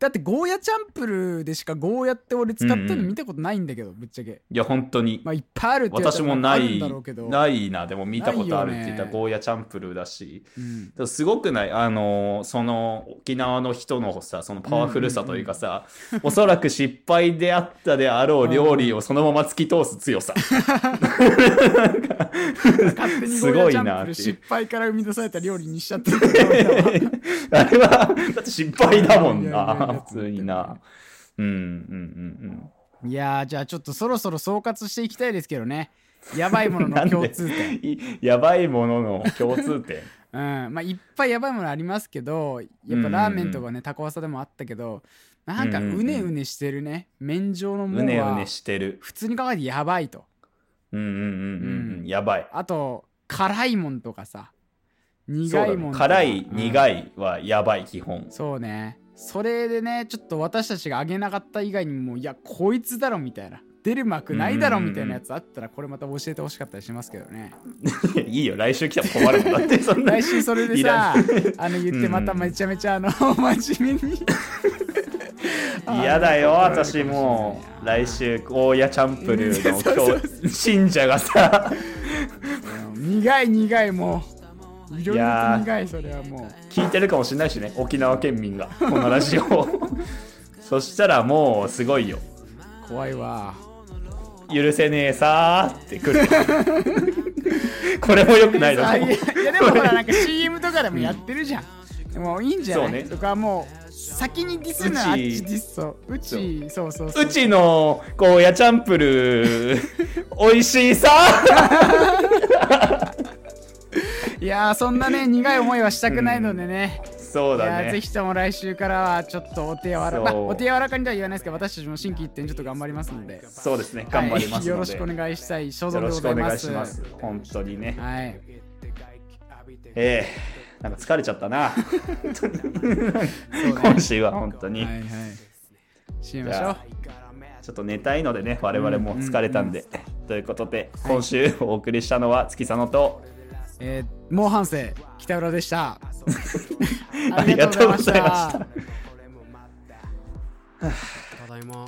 Speaker 2: だってゴーヤチャンプルーでしかゴーヤって俺使ってるの見たことないんだけど、ぶっちゃけ
Speaker 1: いや、本当に。
Speaker 2: まあいっぱいあるって言われ
Speaker 1: 私
Speaker 2: たら
Speaker 1: も
Speaker 2: あ
Speaker 1: な
Speaker 2: るん
Speaker 1: い
Speaker 2: だろうけど
Speaker 1: ないな、でも見たことあるって言った
Speaker 2: ないよね
Speaker 1: ゴーヤチャンプルーだし。
Speaker 2: うん
Speaker 1: だからすごくないあのその沖縄の人のさそのパワフルさというかさ、おそらく失敗であったであろう料理をそのまま突き通す強さなんか
Speaker 2: 勝手にゴ
Speaker 1: す
Speaker 2: ー
Speaker 1: ご
Speaker 2: ヤ
Speaker 1: い
Speaker 2: チャ
Speaker 1: な
Speaker 2: ン
Speaker 1: ってい
Speaker 2: プルー
Speaker 1: う
Speaker 2: 失敗から生み出された料理にしちゃってるけど俺ら は
Speaker 1: あれはだって失敗だもん
Speaker 2: いやいやいや
Speaker 1: な普通になうんうんうん
Speaker 2: いやーじゃあちょっとそろそろ総括していきたいですけどねやばいもの
Speaker 1: な
Speaker 2: の
Speaker 1: んで
Speaker 2: 共通 点
Speaker 1: うんいやばいもの の共通点
Speaker 2: うん、まあいっぱいやばいものありますけどやっぱラーメンとかねタコワサでもあったけどなんか
Speaker 1: うんうんうん
Speaker 2: うねうねしてるね麺状のも
Speaker 1: う
Speaker 2: の
Speaker 1: ねうね
Speaker 2: は
Speaker 1: してる
Speaker 2: 普通に考えてやばいと
Speaker 1: うんうんうんうん、う、
Speaker 2: うんん
Speaker 1: やばい
Speaker 2: あと辛いもんとかさ
Speaker 1: そう
Speaker 2: 苦
Speaker 1: だ
Speaker 2: いも
Speaker 1: ね
Speaker 2: んとか
Speaker 1: 辛い、
Speaker 2: うん
Speaker 1: 苦いはやばい基本
Speaker 2: そうねそれでねちょっと私たちがあげなかった以外にもいやこいつだろみたいな出る幕ないだろみたいなやつあったらこれまた教えてほしかったりしますけど ね
Speaker 1: いやいいよ来週来たら困るもんだってそんな
Speaker 2: 来週それで
Speaker 1: いら
Speaker 2: さ
Speaker 1: ん
Speaker 2: あの言ってまためちゃめちゃあの真面目に
Speaker 1: 嫌だよ私もう来週ゴーヤチャンプルー の今日信者がさ
Speaker 2: 苦い苦いもういろいろと苦いそれはも
Speaker 1: 聞いてるかもしれないしね沖縄県民がこのラジオを そしたらもうすごいよ
Speaker 2: う怖いわ
Speaker 1: 許せねえさーってくる これもよくない だ
Speaker 2: あい
Speaker 1: ろ
Speaker 2: やいやでもほらなんか CM とかでもやってるじゃん、でもいいんじゃな
Speaker 1: そ
Speaker 2: い
Speaker 1: うね
Speaker 2: とかもう先にディスるならあっ
Speaker 1: うち
Speaker 2: ちディスそううちそうそうそう
Speaker 1: うちのゴーヤチャンプルー 美味しいさー
Speaker 2: いやーそんなね苦い思いはしたくないのでね、
Speaker 1: そう
Speaker 2: いや
Speaker 1: だ
Speaker 2: ーぜ
Speaker 1: ね
Speaker 2: ひとも来週からはちょっとお手柔らか、
Speaker 1: そう
Speaker 2: まあ、お手柔らかにとは言わないですけど私たちも心機一転ちょっと頑張りますので
Speaker 1: そうですね頑張りますの
Speaker 2: はい
Speaker 1: で、
Speaker 2: よろしくお願いしたい所
Speaker 1: よ
Speaker 2: 存で
Speaker 1: ろ
Speaker 2: ご
Speaker 1: し
Speaker 2: ざ
Speaker 1: くお
Speaker 2: いま
Speaker 1: 願い
Speaker 2: す
Speaker 1: します本当にね
Speaker 2: はい
Speaker 1: ええなんか疲れちゃった な
Speaker 2: そうね
Speaker 1: 今週は本当に、
Speaker 2: はいはい締めまし
Speaker 1: じ
Speaker 2: ょ
Speaker 1: ゃ
Speaker 2: う
Speaker 1: あちょっと寝たいのでね我々も疲れたんで、ということで
Speaker 2: はい
Speaker 1: 今週お送りしたのは月佐野と、
Speaker 2: えー、猛反省北浦でした
Speaker 1: ありがとうございました
Speaker 5: ただいま